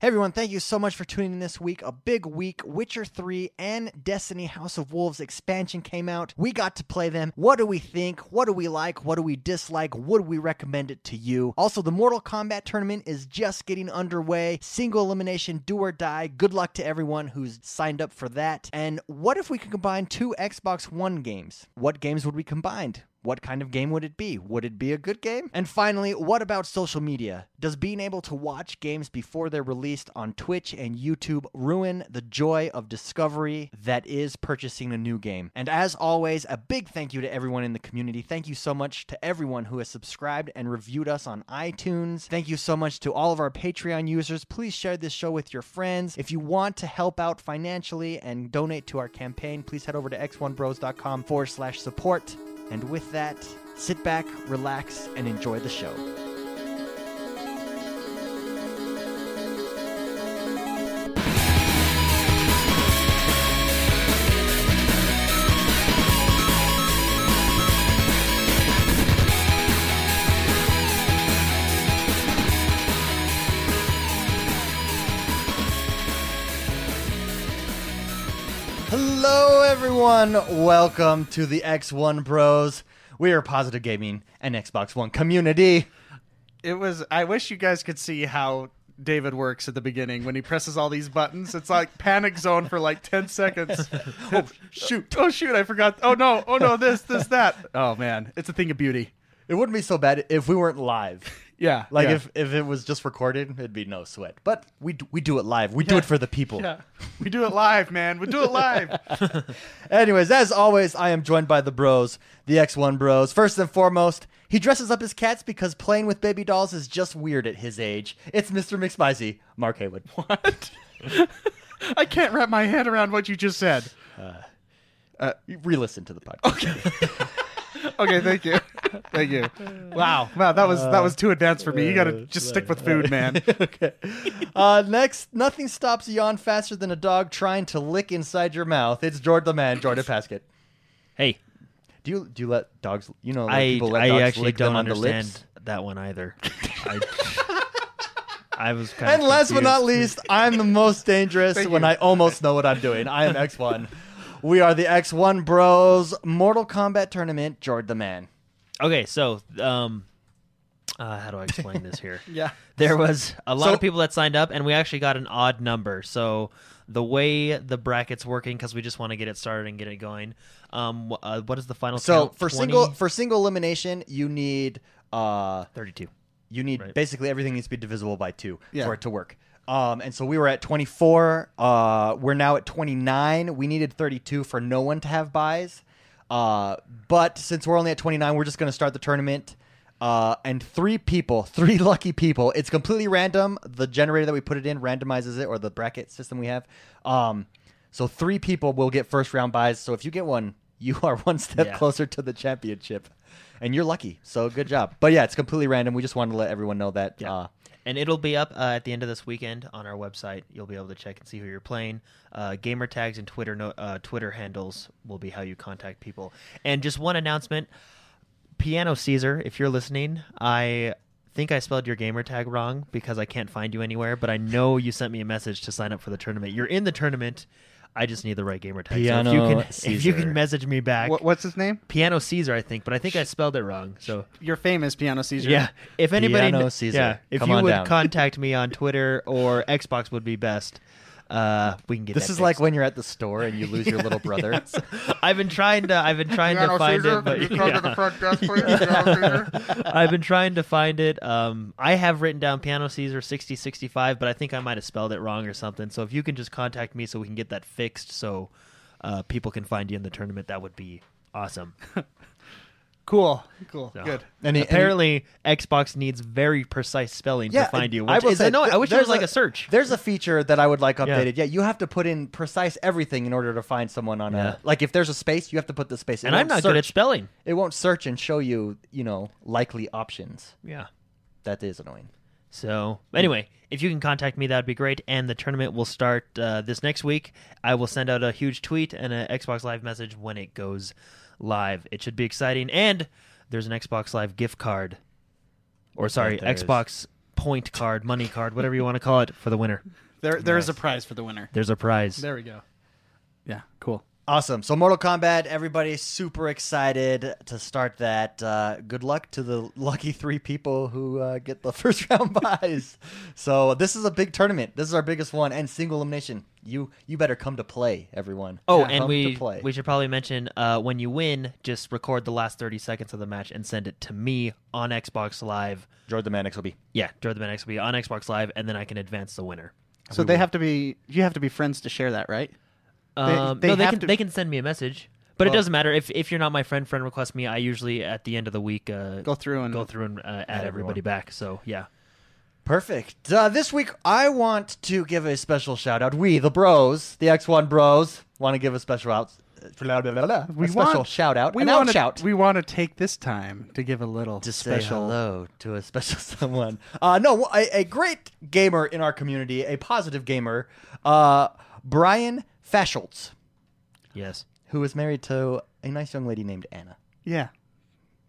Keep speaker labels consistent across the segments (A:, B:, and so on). A: Hey everyone, thank you so much for tuning in this week. A big week. Witcher 3 and Destiny House of Wolves expansion came out. We got to play them. What do we think? What do we like? What do we dislike? Would we recommend it to you? Also, the Mortal Kombat tournament is just getting underway. Single elimination, do or die. Good luck to everyone who's signed up for that. And what if we could combine two Xbox One games? What games would we combine? What kind of game would it be? Would it be a good game? And finally, what about social media? Does being able to watch games before they're released on Twitch and YouTube ruin the joy of discovery that is purchasing a new game? And as always, a big thank you to everyone in the community. Thank you so much to everyone who has subscribed and reviewed us on iTunes. Thank you so much to all of our Patreon users. Please share this show with your friends. If you want to help out financially and donate to our campaign, please head over to x1bros.com forward slash support. And with that, sit back, relax, and enjoy the show. Hello, everyone. Welcome to the X1 Bros. We are Positive Gaming and Xbox One community.
B: It was. I wish you guys could see how David works at the beginning when he presses all these buttons. It's like panic zone for like ten seconds. oh shoot! Oh shoot! I forgot. Oh no! Oh no! This, this, that. Oh man, it's a thing of beauty.
A: It wouldn't be so bad if we weren't live.
B: Yeah.
A: Like
B: yeah.
A: if, if it was just recorded, it'd be no sweat. But we d- we do it live. We do
B: Yeah.
A: it for the people.
B: Yeah. We do it live, man. We do it live.
A: Anyways, as always, I am joined by the Bros, the X1 Bros. First and foremost, he dresses up his cats because playing with baby dolls is just weird at his age. It's Mr. McSpicy, Mark Haywood.
B: what? I can't wrap my head around what you just said.
A: Uh, Re-listen to the podcast.
B: Okay, thank you, thank you. Wow, wow, that was that was too advanced for me. You gotta just stick with food, man.
A: okay. Uh, next, nothing stops a yawn faster than a dog trying to lick inside your mouth. It's Jordan the man, Jordan Paskett.
C: Hey,
A: Do you do you let dogs? You know, like
C: I
A: people let
C: I
A: dogs
C: actually
A: lick them
C: don't
A: on the
C: understand
A: lips.
C: that one either. I, I was kind
A: And
C: of
A: last but
C: confused.
A: not least, I'm the most dangerous
B: Thank
A: when
B: you.
A: I almost know what I'm doing. I am X1. We are the X1 Bros Mortal Kombat Tournament. Jordan the man.
C: Okay, so um, uh, how do I explain this here?
B: Yeah.
C: There was a lot
A: So-
C: of people that signed up, and we actually got an odd number. So the way the bracket's working, because we just want to get it started and get it going. Um, wh- uh, what is the final?
A: So
C: count?
A: for
C: 20?
A: single for single elimination, you need uh
C: thirty-two.
A: You need
C: Right.
A: basically everything needs to be divisible by two
B: Yeah.
A: for it to work. Um, and so we were at 24. Uh, we're now at 29. We needed 32 for no one to have buys. Uh, but since we're only at 29, we're just going to start the tournament. Uh, and three people, three lucky people. It's completely random. The generator that we put it in randomizes it, or the bracket system we have. Um, so three people will get first round buys. So if you get one, you are one step
C: Yeah.
A: closer to the championship, and you're lucky. So good job. But yeah, it's completely random. We just wanted to let everyone know that.
C: Yeah.
A: Uh,
C: And it'll be up uh, at the end of this weekend on our website. You'll be able to check and see who you're playing. Uh, gamer tags and Twitter no, uh, Twitter handles will be how you contact people. And just one announcement: Piano Caesar, if you're listening, I think I spelled your gamer tag wrong because I can't find you anywhere. But I know you sent me a message to sign up for the tournament. You're in the tournament. I just need the right gamer tag. so if you
A: Piano
C: can, if you
A: Caesar.
C: can message me back,
B: What, what's his name?
C: Piano Caesar, I think, but I think I spelled it wrong. So
B: Your famous piano Caesar.
C: yeah. If anybody,
A: Piano Caesar.
C: yeah, if
A: Come
C: you
A: on
C: would
A: down.
C: contact me on Twitter or Xbox would be best. Uh, we can get
A: this
C: that
A: is like
C: fixed.
A: when you're at the store and you lose your little brother.
C: Yes. I've been trying to. I've been trying to
B: Piano
C: find
B: Caesar,
C: it, but
B: can you come to the front desk, please? Piano Caesar.
C: I've been trying to find it. Um, I have written down Piano Caesar sixty sixty five, but I think I might have spelled it wrong or something. So if you can just contact me, so we can get that fixed, so uh, people can find you in the tournament, that would be awesome.
B: Cool. Cool.
C: No.
B: Good.
A: And he-
C: Apparently, Xbox needs very precise spelling to find you. Which
A: I will
C: is
A: say,
C: annoying. I
A: th-
C: wish there was
A: there's
C: like a search.
A: There's a feature that I would like
C: Yeah.
A: updated. Yeah, you have to put in precise everything in order to find someone on
C: Yeah.
A: a like. If there's a space, you have to put the space. It
C: and I'm
A: won't
C: not good at
A: search-
C: spelling.
A: It won't search and show you, you know, likely options.
C: Yeah.
A: That is annoying.
C: So anyway, if you can contact me, that'd be great. And the tournament will start uh, this next week. I will send out a huge tweet and an Xbox Live message when it goes live. It should be exciting. And there's an Xbox Live gift card, or sorry,
D: there is.
C: Xbox point card, money card, whatever you want to call it, for the winner.
B: There, there is a
C: Nice.
B: prize for the winner.
C: There's a prize.
B: There we go. Yeah, cool.
A: Awesome. So Mortal Kombat, everybody's super excited to start that. Uh, good luck to the lucky three people who uh, get the first round buys. So this is a big tournament. This is our biggest one and single elimination. You you better come to play, everyone.
C: Oh,
A: Come
C: and we
A: to play.
C: we should probably mention uh, when you win, just record the last thirty seconds of the match and send it to me on Xbox Live.
A: Jordan Mannix will be.
C: Yeah, Drew the Man X will be on Xbox Live, and then I can advance the winner.
B: So they have to be. You have to be friends to share that, right?
C: Um,
B: they
C: no, they
B: have
C: can
B: to-
C: they can send me a message, but it
A: Well-
C: doesn't matter if if you're not my friend. Friend request me. I usually at the end of the week uh,
B: Go through and
C: go through and uh, add everybody back. So yeah,
A: Perfect. Uh, this week, I want to give a special shout out. We, the bros, the X1 bros, want to give a special out. uh,
B: We
A: a special
B: want-
A: shout out.
B: We
A: an
B: want
A: out shout.
B: We want to take this time to give a little
A: to say
B: special.
A: hello to a special someone. Uh, no, a, a great gamer in our community, a positive gamer, uh, Brian Fascholtz,
C: yes.
A: who is married to a nice young lady named Anna.
B: Yeah.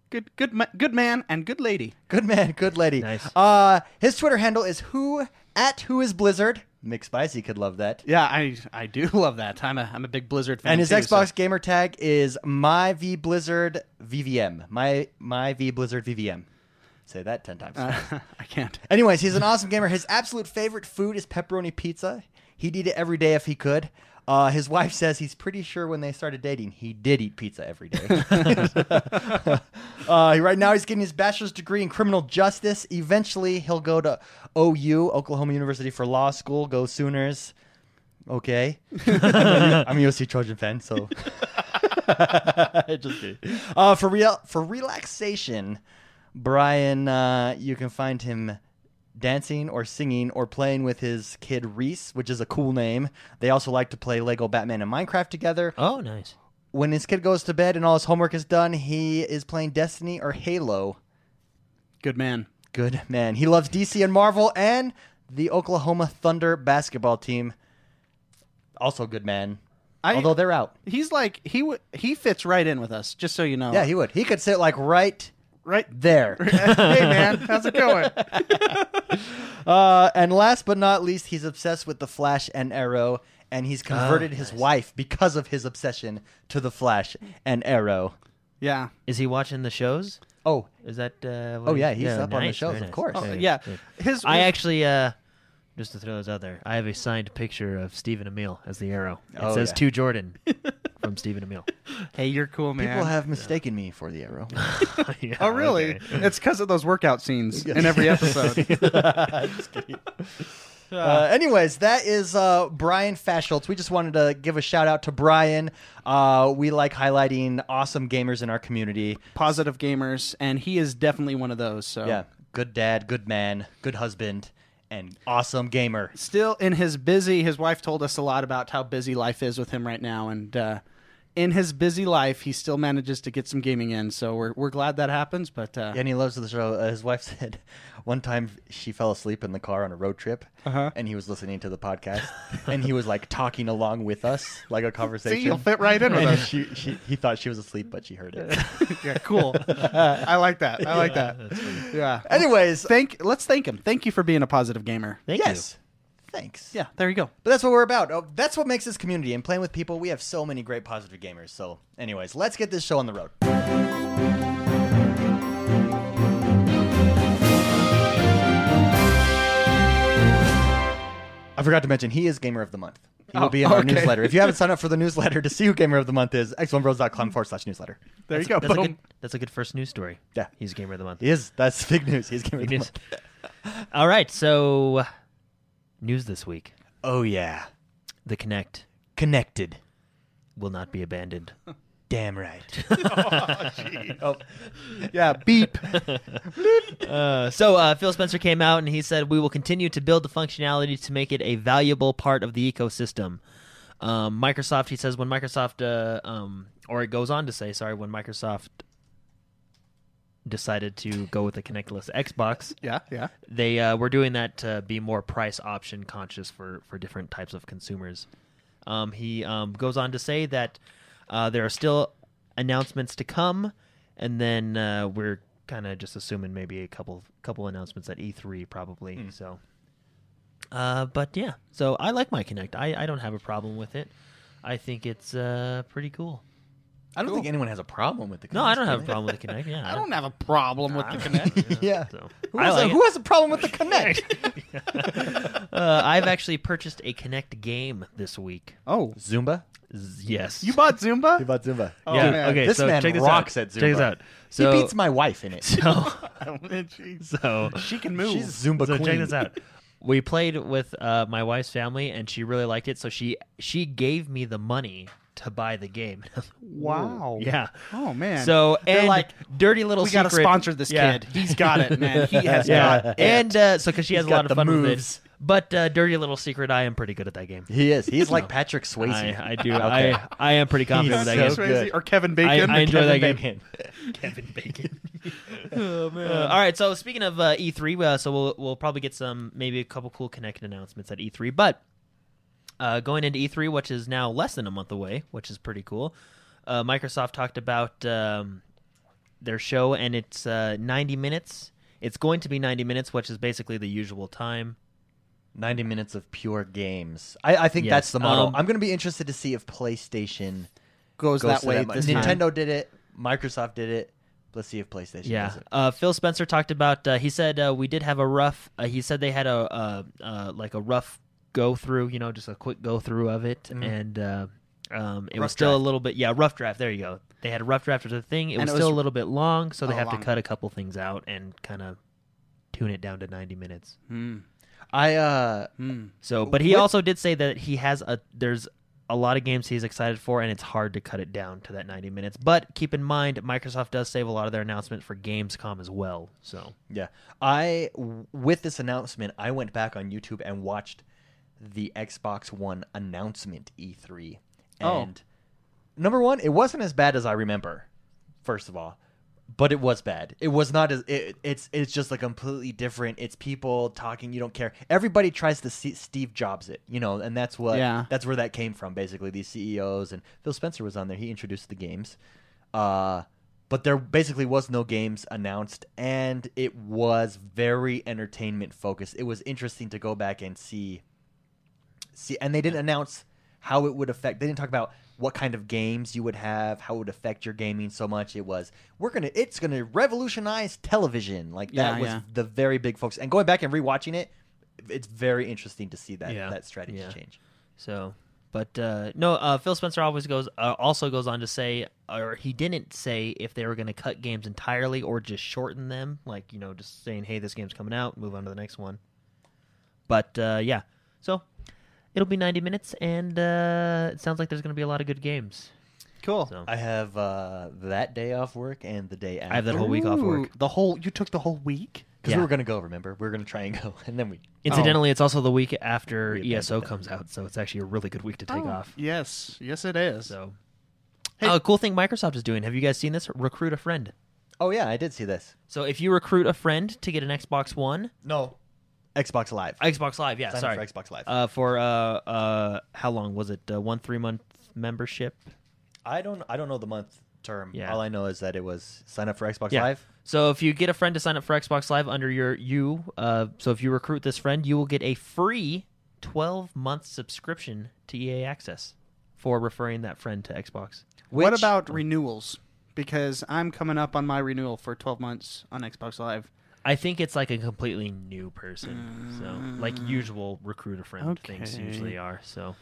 B: Good, good, ma- good man and good lady.
A: Good man, good lady.
C: Nice.
A: Uh, his Twitter handle is who at who is Blizzard. McSpicy could love that.
B: Yeah, I I do love that. I'm a I'm a big Blizzard fan.
A: And his
B: too, so-
A: Xbox gamer tag is my v Blizzard VVM. My my v Blizzard VVM. Say that ten times.
B: Uh, I can't.
A: Anyways, he's an awesome gamer. His absolute favorite food is pepperoni pizza. He'd eat it every day if he could. Uh, his wife says he's pretty sure when they started dating, he did eat pizza every day. uh, right now, he's getting his bachelor's degree in criminal justice. Eventually, he'll go to OU, Oklahoma University, for law school. Go Sooners. Okay. I'm a USC Trojan fan, so. Just kidding. Uh, for real, for relaxation, Brian, uh, you can find him dancing or singing or playing with his kid Reese, which is a cool name. They also like to play Lego Batman and Minecraft together.
C: Oh, nice.
A: When his kid goes to bed and all his homework is done, he is playing Destiny or Halo.
B: Good man.
A: Good man. He loves DC and Marvel and the Oklahoma Thunder basketball team. Also, good man.
B: I-
A: Although they're out.
B: He's like he w- he fits right in with us. Just so you know.
A: Yeah, he would. He could sit like right
B: right.
A: there.
B: hey man, how's it going?
A: Uh, and last but not least, he's obsessed with the Flash and Arrow, and
B: Ah,
A: he's converted
C: Oh,
A: his
C: nice.
A: wife because of his obsession to the Flash and Arrow.
B: Yeah.
C: Is he watching the shows?
A: Oh,
C: Is that? Uh, what
A: Oh,
C: he-
A: yeah, he's up on the
C: nice,
A: shows,
C: very
A: of
C: nice,
A: course.
B: Oh,
C: very
B: yeah.
C: good.
B: His
C: I actually, uh, just to throw those out there, I have a signed picture of Stephen Emile as the arrow. It
A: Oh,
C: says
A: yeah.
C: to Jordan from Stephen Emile.
B: Hey, you're cool, man.
A: people have mistaken me for the Arrow.
C: Yeah,
B: Oh really?
C: okay.
B: It's because of those workout scenes in every episode.
A: Uh, anyways, that is uh, Brian Fascholtz. We just wanted to give a shout out to Brian. Uh, we like highlighting awesome gamers in our community.
B: Positive gamers, and he is definitely one of those. So
A: Yeah, good dad, good man, good husband, and awesome gamer.
B: still in his busy his wife told us a lot about how busy life is with him right now and uh, in his busy life he still manages to get some gaming in so we're, we're glad that happens but uh,
A: And he loves the show. Uh, his wife said one time she fell asleep in the car on a road trip,
B: Uh-huh.
A: and he was listening to the podcast, and he was like talking along with us, like a conversation.
B: see you'll fit right in with
A: and
B: us
A: she, she, he thought she was asleep, but she heard it.
B: yeah cool i like that i like that yeah
A: Anyways,
B: thank let's thank him thank you for being a positive gamer
C: Thank you.
A: yes, thanks.
B: yeah there you go
A: But that's what we're about. Oh, that's what makes this community. And playing with people, we have so many great positive gamers. So, anyways, let's get this show on the road. I forgot to mention, he is Gamer of the Month. He will
B: Oh,
A: be in our
B: okay.
A: newsletter. If you haven't signed up for the newsletter to see who Gamer of the Month is, x1bros.com forward slash newsletter.
B: there you go
C: That's a,
B: Boom.
C: good, that's a good first news story.
A: Yeah.
C: He's Gamer of the Month.
A: He is. That's big news. He's Gamer of the
C: News.
A: Month.
C: All right, so news this week.
A: Oh, yeah.
C: The Connect
A: Connected.
C: will not be abandoned.
A: Damn right.
B: yeah beep
C: Uh, so uh, Phil Spencer came out and he said, "We will continue to build the functionality to make it a valuable part of the ecosystem." Um, Microsoft, he says, when Microsoft, uh, um, or it goes on to say, sorry, when Microsoft decided to go with the connectless Xbox,
B: yeah yeah
C: they uh, were doing that to be more price option conscious for, for different types of consumers. Um, he um, goes on to say that uh, there are still announcements to come, and then uh, we're kind of just assuming maybe a couple couple announcements at E3 probably. So, uh, but yeah, so I like my Kinect. I I don't have a problem with it. I think it's uh pretty cool.
A: I don't think anyone has a problem with the.
C: No, I don't
A: Kinect,
C: have a
A: do they?
C: problem with the Kinect. Yeah,
B: I don't have a problem with the Kinect.
C: Kinect.
A: Yeah.
C: So,
A: Who
C: I
A: has,
C: like
A: a,
C: it.
A: who has a problem with the Kinect?
C: uh, I've actually purchased a Kinect game this week.
B: Oh,
A: Zumba.
C: Z- Yes.
B: you bought Zumba?
A: What about Zumba?
B: Oh,
C: yeah.
B: man.
C: Okay.
A: This
C: so
A: man
C: check this
A: rocks
C: out.
A: at Zumba.
C: Check this out. So,
A: he beats my wife in it.
C: so,
B: Jeez.
C: so
B: she can move.
A: She's Zumba
C: so
A: queen.
C: check this out. We played with uh, my wife's family, and she really liked it. So she she gave me the money to buy the game.
B: wow.
C: yeah.
B: Oh man.
C: So
B: They're
C: and
B: like,
C: dirty little
B: we got to
C: secret-
B: sponsor this
C: Yeah.
B: kid. He's got it, man. He has
C: yeah.
B: got it.
C: And uh, so because she
A: He's
C: has a
A: got
C: lot
A: the
C: of fun
A: moves.
C: with it. But uh, dirty little secret, I am pretty good at that game.
A: He is. He is like
C: No.
A: Patrick Swayze.
C: I, I do.
A: Okay.
C: I I am pretty confident with
A: He's
C: that
A: so
C: game.
B: Patrick Swayze
A: good.
B: Or Kevin
C: I,
B: Bacon.
C: I enjoy
A: Kevin
C: that game.
A: Bacon.
C: Kevin Bacon. oh man! all right. So speaking of uh, E3, uh, so we'll we'll probably get some maybe a couple cool connected announcements at E3. But uh, going into E3, which is now less than a month away, which is pretty cool. Uh, Microsoft talked about um, their show, and it's uh, 90 minutes. It's going to be 90 minutes, which is basically the usual time.
A: 90 minutes of pure games. I, I think
C: Yes.
A: that's the model.
C: Um,
A: I'm going to be interested to see if PlayStation
B: goes,
A: goes
B: that
A: to
B: way.
A: mu-
B: this time.
A: Nintendo did it. Microsoft did it. Let's see if PlayStation
C: Yeah.
A: does it.
C: Uh, Phil Spencer talked about. Uh, he said uh, we did have a rough. Uh, he said they had a uh, uh, like a rough go through. You know, just a quick go through of it,
B: Mm-hmm.
C: and uh, um, it
A: Rough
C: was still
A: draft.
C: a little bit. Yeah, rough draft. There you go. They had a rough draft of the thing. It
B: And
C: was
B: it was
C: still a little bit long, so they
B: a
C: have
B: long-
C: to cut a couple things out and kind of tune it down to ninety minutes.
B: Hmm.
A: I uh
B: Hmm.
C: So, but he
A: With-
C: also did say that he has a there's a lot of games he's excited for, and it's hard to cut it down to that ninety minutes. But keep in mind, Microsoft does save a lot of their announcement for Gamescom as well. So.
A: yeah. I w- with this announcement, I went back on YouTube and watched the Xbox One announcement E3.
B: Oh.
A: And number 1, it wasn't as bad as I remember. First of all, but it was bad. It was not as it, it's it's just like completely different. It's people talking. You don't care. Everybody tries to see Steve Jobs it, you know, and that's what
B: Yeah.
A: that's where that came from. Basically, these CEOs and Phil Spencer was on there. He introduced the games, uh, but there basically was no games announced, and it was very entertainment focused. It was interesting to go back and see see and they didn't announce how it would affect they didn't talk about what kind of games you would have how it would affect your gaming so much it was we're gonna it's gonna revolutionize television like that
B: Yeah,
A: was
B: yeah.
A: the very big focus and going back and rewatching it it's very interesting to see that
C: Yeah.
A: that strategy
C: Yeah.
A: change
C: So, but uh, no, uh, Phil Spencer always goes uh, also goes on to say, or he didn't say if they were going to cut games entirely or just shorten them, like you know, just saying, hey, this game's coming out, move on to the next one. But uh, yeah, so it'll be ninety minutes, and uh, it sounds like there's going to be a lot of good games.
B: Cool.
C: So
A: i have uh that day off work and the day after
C: I have that whole week off work.
B: The whole you took the whole week.
A: because
C: yeah.
A: we were gonna go remember we were gonna try and go and then we
C: Incidentally, it's also the week after
A: We abandoned
C: ESO
A: that.
C: comes out, so it's actually a really good week to take
B: Oh,
C: off.
B: Yes, yes, it is.
C: So,
B: Hey-
C: oh, a cool thing Microsoft is doing. Have you guys seen this? Recruit a friend.
A: oh yeah i did see this
C: So if you recruit a friend to get an Xbox One,
A: no xbox live
C: Xbox Live, yeah,
A: Sign up
C: sorry,
A: for xbox live
C: Uh, for uh, uh, how long was it? Uh, one three month membership.
A: i don't i don't know the month term
C: Yeah.
A: all i know is that it was sign up for xbox
C: Yeah.
A: live
C: So if you get a friend to sign up for Xbox Live under your you, uh, so if you recruit this friend, you will get a free twelve month subscription to EA Access for referring that friend to Xbox.
B: what
A: Which-
B: about renewals? Because I'm coming up on my renewal for 12 months on Xbox Live.
C: I think it's like a completely new person. So like
A: Mm.
C: usual recruit a friend things
B: Okay.
C: usually are. So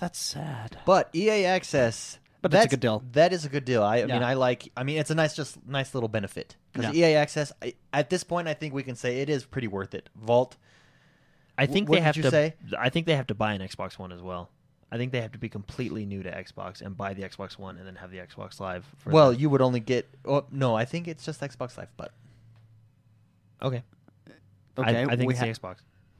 B: That's sad.
A: But EA Access,
B: But that's a good deal.
A: That is a good deal. I, I mean,
B: Yeah.
A: I like. I mean, it's a nice, just nice little benefit because
B: Yeah.
A: EA Access. I, at this point, I think we can say it is pretty worth it. Vault.
C: I
A: Wh-
C: think
A: what
C: they
A: did
C: have
A: you
C: to.
A: say?
C: I think they have to buy an Xbox One as well. I think they have to be completely new to Xbox and buy the Xbox One and then have the Xbox Live. For
A: Well,
C: the-
A: you would only get. Oh, no, I think it's just Xbox Live. But
C: okay. I-
B: Okay,
C: I, think
B: we
C: it's
B: ha-
C: the Xbox.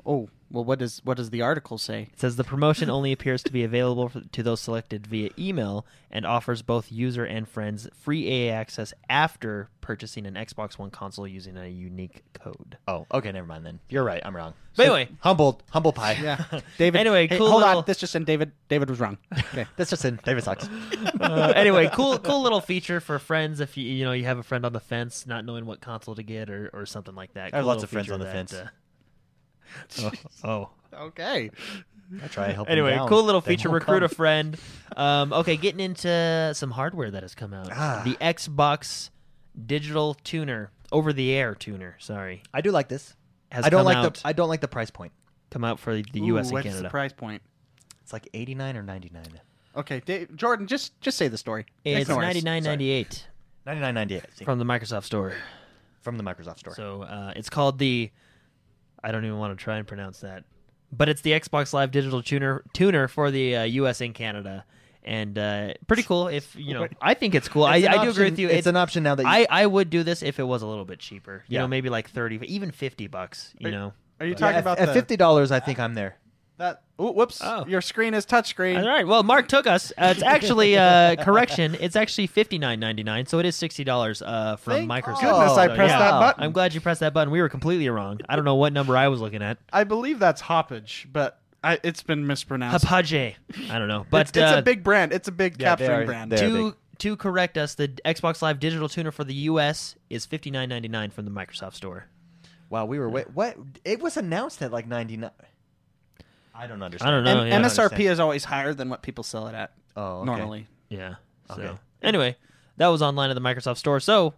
E: Oh, well, what does what does the article say?
C: It says the promotion only appears to be available for, to those selected via email and offers both user and friends free AA access after purchasing an Xbox One console using a unique code.
A: Oh, okay, never mind then. You're right, I'm wrong.
C: But anyway,
A: humbled, humble pie.
E: Yeah, David.
C: Anyway,
E: hey,
C: cool
E: Hold
C: little-
E: on, this just in. David. David was wrong. Okay.
A: That's just in. David sucks.
C: uh, anyway, cool, cool little feature for friends if you you know you have a friend on the fence, not knowing what console to get or, or something like that.
A: I
C: uh,
A: have
C: Cool
A: lots of
C: little
A: friends on the
C: feature
A: fence.
C: that, uh, oh,
B: Okay.
A: I try to help.
C: anyway,
A: him down.
C: cool little
A: They
C: feature.
A: won't
C: Recruit a
A: come.
C: friend. Um, okay, getting into some hardware that has come out.
A: Ah.
C: The Xbox Digital Tuner, over the air tuner. Sorry,
A: I do like this.
C: has
A: I don't
C: come
A: like
C: out.
A: the. I don't like the price point.
C: come out for the
E: Ooh,
C: U.S. and
E: what's the
C: Canada.
E: price point?
A: It's like eighty nine or ninety nine.
E: Okay, Dave, Jordan, just just say the story.
C: It's
E: Ignore us.
C: ninety nine ninety eight
A: Ninety nine ninety eight from
C: from the Microsoft Store.
A: from the Microsoft store.
C: So uh, it's called the. I don't even want to try and pronounce that, but it's the Xbox Live Digital Tuner tuner for the uh, U.S. and Canada, and uh, pretty cool. If you know, I think it's cool.
A: It's an
C: I, I do
A: option-
C: agree with you.
A: It's an option now that you,
C: I, I would do this if it was a little bit cheaper. You
A: Yeah.
C: know, maybe like thirty, even fifty bucks. You
B: Are-
C: know,
B: Are you
A: Yeah,
B: talking
A: at-
B: about
A: at
B: the,
A: fifty dollars. I think I'm there.
B: That, ooh, whoops.
C: Oh.
B: Your screen is touchscreen.
C: All right. Well, Mark took us. Uh, it's actually uh, correction. It's actually fifty nine ninety nine. So it is sixty dollars uh, from
B: Thank
C: Microsoft.
B: goodness
C: So,
B: I pressed
C: yeah.
B: that button.
C: I'm glad you pressed that button. We were completely wrong. I don't know what number I was looking at.
B: I believe that's Hoppage, but I, it's been mispronounced.
C: Papaje. I don't know. But
B: it's, it's
C: uh,
B: a big brand. It's a big
A: Yeah, they
B: capturing
A: are-
B: brand.
A: they are big.
C: to to correct us, the Xbox Live digital tuner for the U.S. is fifty nine ninety nine from the Microsoft store.
A: Wow, we were wait, what? It was announced at like ninety nine. I don't Oh, understand.
C: I don't know.
E: And
C: yeah, I don't
E: MSRP is always higher than what people sell it at
A: Oh, okay.
E: normally.
C: Yeah. So
A: Okay.
C: anyway, that was online at the Microsoft Store. So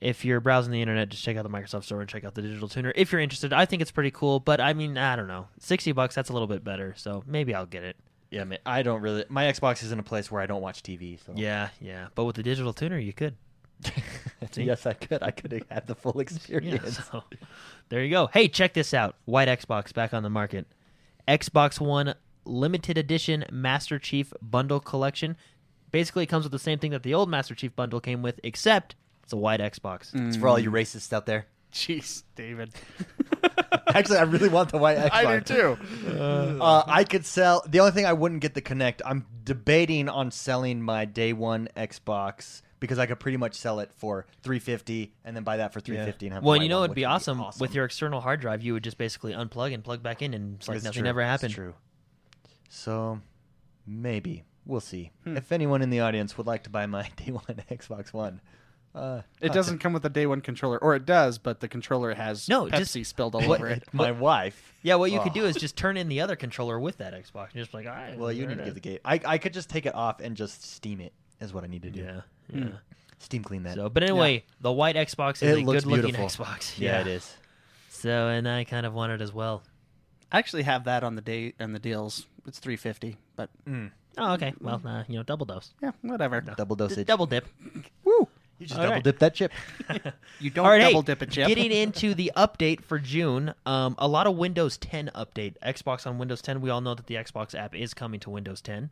C: if you're browsing the internet, just check out the Microsoft Store and check out the digital tuner. If you're interested, I think it's pretty cool. But I mean, I don't know, sixty bucks—that's a little bit better. So maybe I'll get it.
A: Yeah, man, I don't really. My Xbox is in a place where I don't watch TV. So
C: Yeah, yeah. But with the digital tuner, you could.
A: yes, I could. I could have had the full
C: Yeah.
A: experience.
C: So there you go. Hey, check this out. White Xbox back on the market. Xbox One limited edition Master Chief bundle collection. Basically, it comes with the same thing that the old Master Chief bundle came with, except it's a white Xbox.
A: It's for all you racists out there.
B: Jeez, David.
A: Actually, I really want the white Xbox.
B: I do too.
A: Uh, I could sell. The only thing I wouldn't get the Connect. I'm debating on selling my day one Xbox because I could pretty much sell it for 350 and then buy that for 350 Oh, and have. the
C: Well,
A: white
C: you know,
A: one,
C: it'd
A: which
C: be
A: would
C: awesome. with your external hard drive. You would just basically unplug and plug back in, and it's like
A: It's
C: nothing
A: true.
C: ever
A: It's
C: happened.
A: true. So maybe we'll see. If anyone in the audience would like to buy my day one Xbox One, uh,
B: It doesn't come with a day one controller, or it does, but the controller has
C: No,
B: Pepsi
C: just-
B: spilled all
C: What-
B: over it.
A: my wife.
C: Yeah, what you could
A: Oh.
C: do is just turn in the other controller with that Xbox, and just be like, all right.
A: Well, you need
C: there
A: to
C: it
A: get the
C: is.
A: gate. I I could just take it off and just steam it. Is what I need to do.
C: Yeah, yeah.
A: Steam clean that.
C: So, but anyway, the white Xbox is
A: it
C: a
A: looks
C: good-looking
A: beautiful.
C: Xbox.
A: Yeah, it is.
C: So, and I kind of want it as well.
E: I actually have that on the day on the deals. It's three fifty, but
A: Mm.
C: Oh, okay. Well, uh, you know, double dose,
E: yeah, whatever.
A: Double dosage.
C: double dip.
E: Woo!
A: You just
C: All
A: double
C: right.
A: dip that chip.
E: You don't
C: All right, hey,
E: double dip a chip.
C: Getting into the update for June, um, a lot of Windows 10 update. Xbox on Windows 10. We all know that the Xbox app is coming to Windows 10,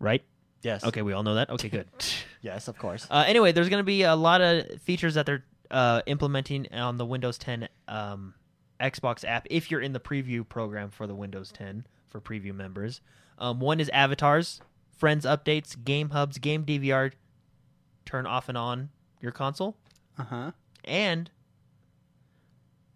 C: right?
A: Yes.
C: Okay, we all know that. Okay, good.
A: Yes, of course.
C: Uh, anyway, there's going to be a lot of features that they're uh, implementing on the Windows 10 um, Xbox app if you're in the preview program for the Windows 10 for preview members. Um, one is avatars, friends updates, game hubs, game DVR, turn off and on your console,
E: Uh
B: Uh-huh.
E: huh.
C: and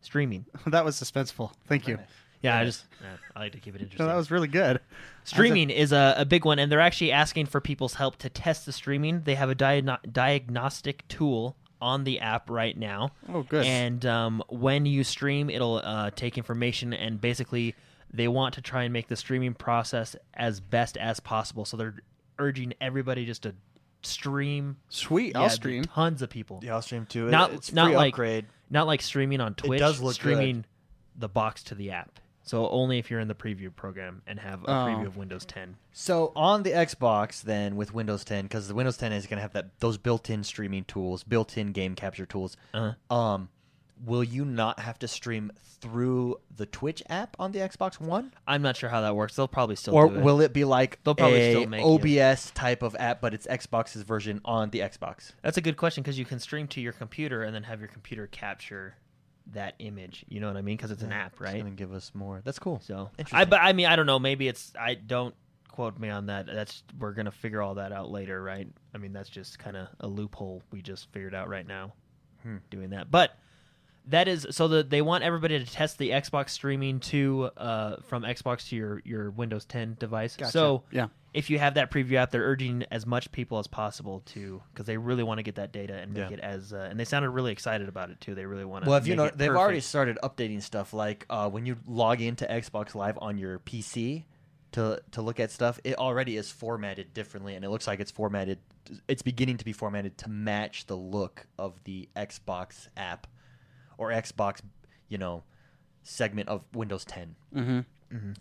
C: streaming.
B: That was suspenseful. Thank you.
C: Yeah, I just yeah, I like to keep it interesting.
B: No, that was really good.
C: Streaming is a, a big one, and they're actually asking for people's help to test the streaming. They have a diagno- diagnostic tool on the app right now.
B: Oh, good.
C: And um, when you stream, it'll uh, take information, and basically, they want to try and make the streaming process as best as possible. So they're urging everybody just to stream.
E: Sweet.
C: Yeah,
E: I'll stream.
C: Tons of people.
A: Yeah, I'll stream too. It-
C: Not-
A: it's
C: not
A: free
C: like-
A: upgrade.
C: Not like streaming on Twitch.
A: does look
C: streaming the box to the app. So only if you're in the preview program and have a preview of Windows 10.
A: So on the Xbox, then with Windows 10, because the Windows 10 is going to have that those built-in streaming tools, built-in game capture tools.
C: Uh-huh.
A: Um, will you not have to stream through the Twitch app on the Xbox One,
C: I'm not sure how that works. They'll probably still
A: or
C: do it.
A: will it be like
C: They'll probably
A: a
C: still make it.
A: OBS type of app, but it's Xbox's version on the Xbox?
C: That's a good question because you can stream to your computer and then have your computer capture that image. You know what I mean? Because it's an app, right?
A: It's gonna give us more. That's cool.
C: So I,
F: Interesting.
C: but I mean, I don't know. Maybe it's I don't quote me on that. That's we're gonna figure all that out later, right? I mean, that's just kind of a loophole we just figured out right now,
A: Hmm.
C: doing that. But that is so that they want everybody to test the Xbox streaming to uh, from Xbox to your your Windows 10 device. So
B: Yeah.
C: if you have that preview app, they're urging as much people as possible to because they really want to get that data and make
A: Yeah.
C: it as uh, and they sounded really excited about it too. They really want to.
A: Well, if you know, they've already started updating stuff. Like uh, when you log into Xbox Live on your PC to to look at stuff, it already is formatted differently, and it looks like it's formatted. It's beginning to be formatted to match the look of the Xbox app or Xbox, you know, segment of Windows 10.
B: Mm-hmm.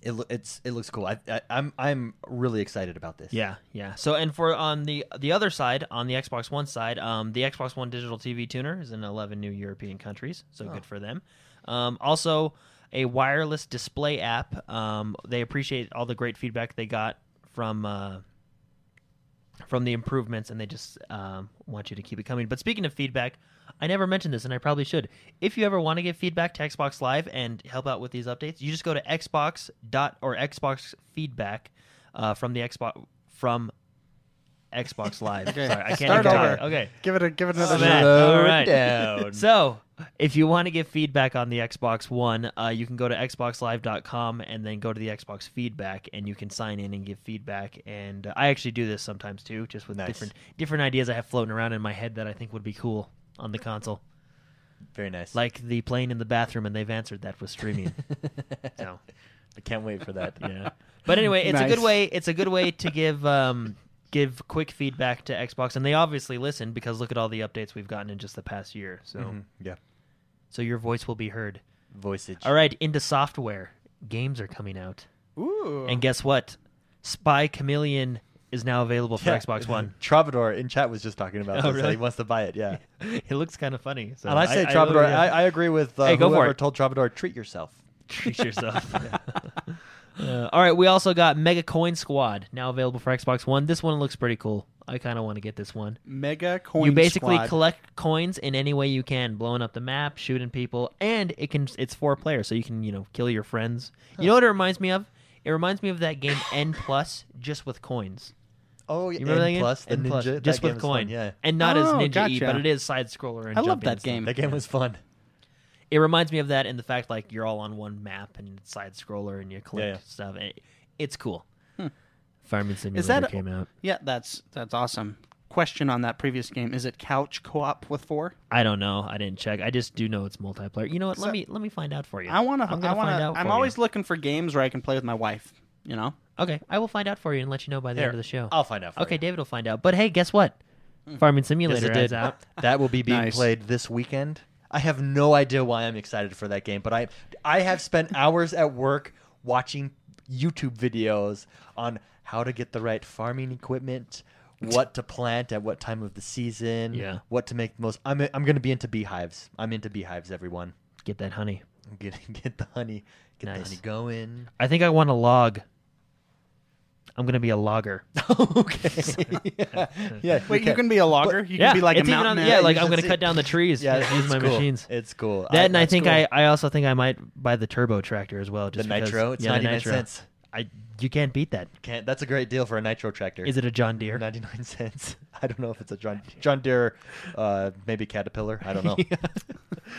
A: It lo- it's it looks cool. I, I I'm I'm really excited about this.
C: Yeah, yeah. So and for on the the other side, on the Xbox One side, um, the Xbox One digital TV tuner is in 11 new European countries, so good for them. Um, also, a wireless display app. Um, they appreciate all the great feedback they got from. Uh, from the improvements, and they just um, want you to keep it coming. But speaking of feedback, I never mentioned this, and I probably should. If you ever want to give feedback to Xbox Live and help out with these updates, you just go to Xbox dot or Xbox feedback uh, from the Xbox from Xbox Live. Sorry, I can't
G: Start
C: even
G: over.
C: talk. Okay.
G: Give it a give it another
C: Oh,
G: shot.
C: man.
A: Slow
C: All right.
A: down.
C: So, if you want to give feedback on the Xbox One, uh, you can go to xboxlive.com and then go to the Xbox feedback, and you can sign in and give feedback. And uh, I actually do this sometimes too, just with
A: Nice.
C: different different ideas I have floating around in my head that I think would be cool on the console,
A: Very nice.
C: like the plane in the bathroom, and they've answered that with streaming. so,
A: I can't wait for that.
C: yeah. But anyway, it's a good
B: Nice.
C: way. It's a good way to give. Um, Give quick feedback to Xbox, and they obviously listen because look at all the updates we've gotten in just the past year. So,
A: Mhm. Yeah.
C: so your voice will be heard.
A: Voiceage.
C: All right, into software. Games are coming out.
G: Ooh.
C: And guess what? Spy Chameleon is now available for
A: Yeah.
C: Xbox One.
A: Travador in chat was just talking about
C: Oh,
A: this. that
C: really?
A: He wants to buy it. Yeah.
C: it looks kind of funny. So
A: and I say Travador.
C: literally
A: I,
C: have-
A: I agree with uh,
C: Hey, go for
A: whoever
C: it.
A: told Travador treat yourself.
C: treat yourself. Uh, all right, we also got Mega Coin Squad now available for Xbox One. This one looks pretty cool. I kind of want to get this one.
B: Mega coin.
C: you basically
B: squad.
C: collect coins in any way you can, blowing up the map, shooting people, and it can it's four player, so you can you know kill your friends. You know what it reminds me of? It reminds me of that game N Plus, just with coins.
A: Oh, yeah.
C: You remember that
A: N
C: game?
A: plus the
C: N
A: ninja,
C: plus,
A: that
C: just
A: game
C: with
A: was fun,
C: coin,
A: Yeah,
C: and not as
B: Oh,
C: ninja y,
B: gotcha.
C: but it is side scroller. And
B: I love
C: jumping and
B: that
C: stuff.
B: game.
A: that game was fun.
C: It reminds me of that, and the fact like you're all on one map and it's side scroller, and you collect
A: Yeah, yeah.
C: stuff. It- it's cool. Farming Simulator
B: Hmm. that-
C: came out.
B: Yeah, that's that's awesome. Question on that previous game: Is it couch co-op with four?
C: I don't know. I didn't check. I just do know it's multiplayer. You know what?
B: So-
C: let me let me find out for you.
B: I want to.
C: I'm gonna
B: I want
C: find out
B: to. I'm
C: for you.
B: always looking for games where I can play with my wife. You know,
C: Okay, I will find out for you and let you know by the
A: Here,
C: end of the show.
A: I'll find out. For
C: okay,
A: you.
C: David will find out. But hey, guess what?
B: Hmm.
C: Farming Simulator
A: Yes, it
C: is
A: did.
C: out.
A: That will be being
B: Nice.
A: played this weekend. I have no idea why I'm excited for that game, but I I have spent hours at work watching YouTube videos on how to get the right farming equipment, what to plant at what time of the season,
C: Yeah.
A: what to make the most. I'm I'm going to be into beehives. I'm into beehives, everyone.
C: Get that honey.
A: Get get the honey, get the
C: Nice.
A: honey going.
C: I think I want a log. I'm gonna be a logger.
A: okay. yeah. yeah.
G: Wait, you can be a logger. You
C: yeah,
G: can be like
C: it's
G: a
C: even on
G: mountain.
C: the-
G: man.
C: yeah, like
A: You
C: I'm
A: should
C: gonna
A: see-
C: cut down the trees.
A: Yeah,
C: Yeah, use
A: it's
C: my
A: cool.
C: machines.
A: It's cool.
C: That and I
A: that's
C: think
A: cool.
C: I, I also think I might buy the turbo tractor as well.
A: the
C: Just because-
A: nitro. It's
C: yeah, the
A: 99
C: nitro.
A: cents.
C: I you can't beat that.
A: Can't, that's a great deal for a nitro tractor.
C: Is it a John Deere?
A: 99 cents? I don't know if it's a John John Deere, uh, maybe Caterpillar. I don't know.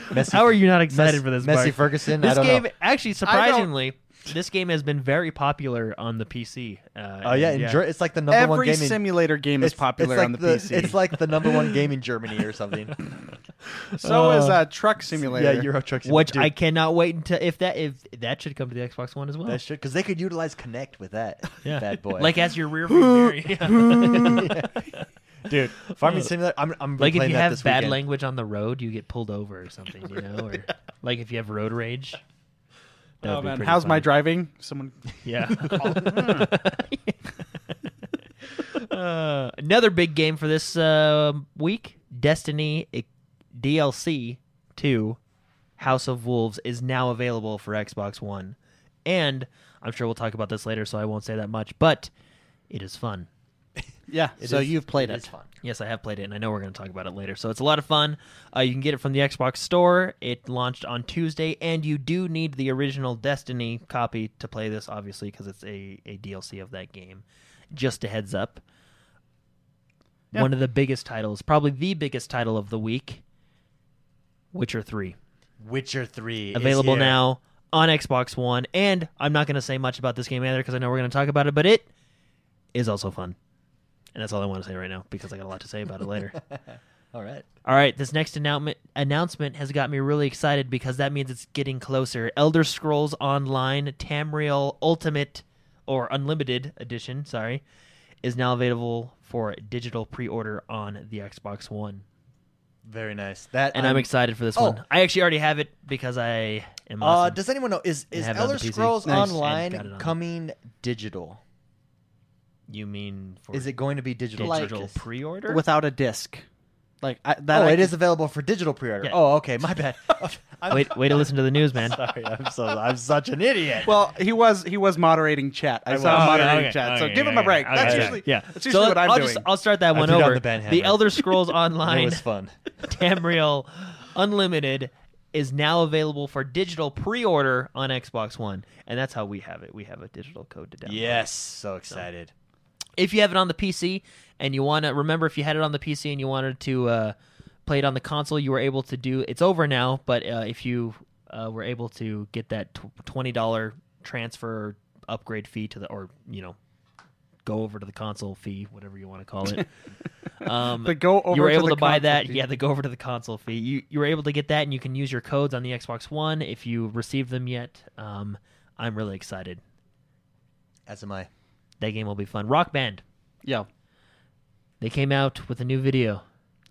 A: Messi-
C: How are you not excited
A: Messi-
C: for this?
A: Messi
C: Mark?
A: Ferguson. I
C: This
A: don't
C: game
A: know.
C: actually surprisingly, this game has been very popular on the PC. Uh,
A: Oh yeah, in Ger- it's like the number one
B: Every
A: game. in,
B: simulator game is
A: it's-
B: popular
A: it's like
B: on the, PC.
A: It's like the number one game in Germany or something.
B: so is
C: uh,
B: uh, Truck Simulator.
A: yeah, Euro Truck. Sim-
C: which
A: Dude,
C: I cannot wait until if that if that should come to the Xbox One as well.
A: that shit because they could utilize Connect with that
C: Yeah.
A: bad boy.
C: Like as your rear view mirror. Yeah.
A: dude, farming simulator. I'm I'm
C: like if
A: playing
C: you
A: that
C: have
A: this
C: bad
A: weekend.
C: language on the road, you get pulled over or something, you know, or like if you have road rage. that would
B: oh
C: be
B: man,
C: pretty
B: how's my
C: funny.
B: driving? Someone.
C: Yeah. Uh, another big game for this uh, week Destiny e- DLC 2 House of Wolves is now available for Xbox One. And I'm sure we'll talk about this later, so I won't say that much, but it is fun.
B: Yeah,
A: It
B: so
A: is-
B: you've played
A: it
B: it.
A: is fun.
C: Yes, I have played it, and I know we're going to talk about it later. So it's a lot of fun. Uh, you can get it from the Xbox Store. It launched on Tuesday, and you do need the original Destiny copy to play this, obviously, because it's a, a DLC of that game. Just a heads up.
B: Yeah.
C: One of the biggest titles, probably the biggest title of the week Witcher 3.
A: Witcher Three is
C: Available
A: here.
C: now on Xbox One. And I'm not going to say much about this game either because I know we're going to talk about it, but it is also fun. And that's all I want to say right now because I got a lot to say about it later.
A: All right.
C: All right, this next announcement announcement has got me really excited because that means it's getting closer. Elder Scrolls Online Tamriel Ultimate or Unlimited Edition, sorry, is now available for digital pre-order on the Xbox One.
A: Very nice. That
C: And I'm, excited for this
H: Oh.
C: one. I actually already have it because I am
H: Uh,
C: awesome.
H: does anyone know is is
C: have it on
H: Elder
C: the PC.
H: Scrolls
C: Nice.
H: Online
C: And got it on-
H: coming digital?
C: you mean for
A: Is it going to be digital?
C: digital
B: like-
C: pre-order?
B: without a disc. Like I, that,
A: oh,
B: I
A: it
B: can-
A: is available for digital pre-order.
C: Yeah.
A: Oh, okay. My bad. I'm-
C: wait, wait to listen to the news, man.
A: Sorry, I'm so I'm such an idiot.
B: Well, he was he was moderating chat. I, saw
C: was.
B: him
C: Okay,
B: moderating
C: okay,
B: chat.
C: okay,
B: so give him a
C: okay,
B: break.
C: okay,
B: that's
C: okay.
B: usually
C: Yeah.
B: That's usually what I'm
C: will
B: doing.
C: Just, I'll start that
A: I
C: one
A: threw down
C: over.
A: the banhammer.
C: Elder Scrolls
A: it
C: Online
A: was fun.
C: Tamriel Unlimited is now available for digital pre-order on Xbox One, and that's how we have it. We have a digital code to download.
A: Yes, so excited.
C: If you have it on the PC and you want to remember, if you had it on the PC and you wanted to uh, play it on the console, you were able to do. It's over now, but uh, if you uh, were able to get that tw- twenty dollar transfer upgrade fee to the, or you know, go over to the console fee, whatever you want to call it. Um,
I: The go over
C: you were
I: to
C: able
I: the
C: to buy
I: console
C: that.
I: fee.
C: Yeah, the go over to the console fee. You you were able to get that, and you can use your codes on the Xbox One if you received them yet. Um, I'm really excited.
A: As am I.
C: That game will be fun. Rock Band.
B: Yeah.
C: They came out with a new video.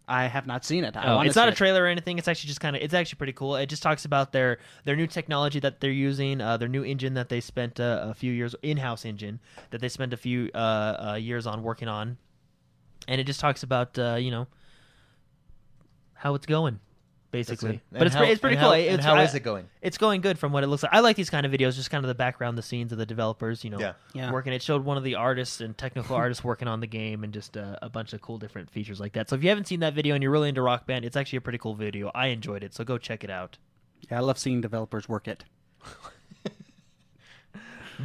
B: I have not seen it. I
C: Oh,
B: wanna
C: it's not
B: see
C: a trailer or anything. It's actually just kind of. It's actually pretty cool. It just talks about their their new technology that they're using, uh, their new engine that they spent uh, a few years in house engine that they spent a few uh, uh, years on working on, and it just talks about uh, you know how it's going, basically.
A: That's good.
C: But
A: And
C: it's
A: how-
C: pre- it's pretty
A: and
C: cool.
A: How,
C: It-
A: and
C: it's,
A: how
C: I-
A: is it going?
C: It's going good from what it looks like. I like these kind of videos, just kind of the background, the scenes of the developers, you know,
A: Yeah.
B: Yeah.
C: working. It showed one of the artists and technical artists working on the game and just uh, a bunch of cool different features like that. So if you haven't seen that video and you're really into Rock Band, it's actually a pretty cool video. I enjoyed it, so go check it out.
B: Yeah, I love seeing developers work it.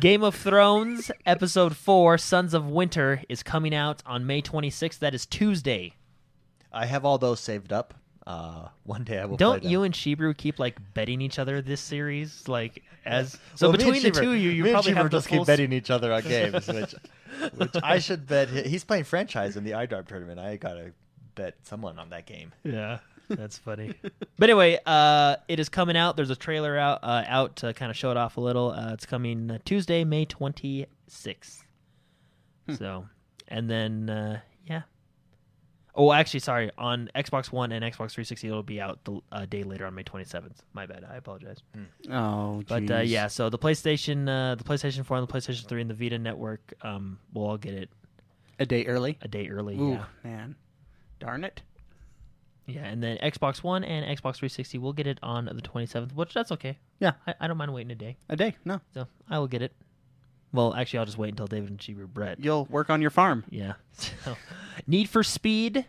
C: Game of Thrones episode 4 Sons of Winter is coming out on May 26th. That is Tuesday.
A: I have all those saved up. Uh, one day I will.
C: Don't
A: play
C: you
A: them.
C: and Shibru keep like betting each other this series like as so
A: Well, me and
C: between the
A: Cheever-
C: two of you you
A: me and
C: probably
A: Cheever
C: have the
A: just
C: full
A: keep
C: s-
A: betting each other on games, which, which I should bet. hi- He's playing franchise in the iDarb tournament. I gotta bet someone on that game.
C: Yeah, that's funny. but anyway, uh, it is coming out. There's a trailer out uh, out to kind of show it off a little. Uh, it's coming uh, Tuesday, May 26th. So, and then uh, yeah. Oh, actually, sorry. On Xbox One and Xbox 360, it'll be out the uh, day later on May 27th. My bad. I apologize.
B: Oh,
C: But uh, yeah, so the PlayStation, uh, the PlayStation 4, and the PlayStation 3, and the Vita network, um, we'll all get it
B: a day early.
C: a day early.
B: Ooh,
C: Yeah.
B: man, darn it!
C: Yeah, and then Xbox One and Xbox 360 will get it on the 27th, which that's okay.
B: Yeah.
C: I, I don't mind waiting a day,
B: A day? No,
C: so I will get it. Well, actually, I'll just wait until David and she Brett.
B: you'll work on your farm.
C: Yeah. So, Need for Speed,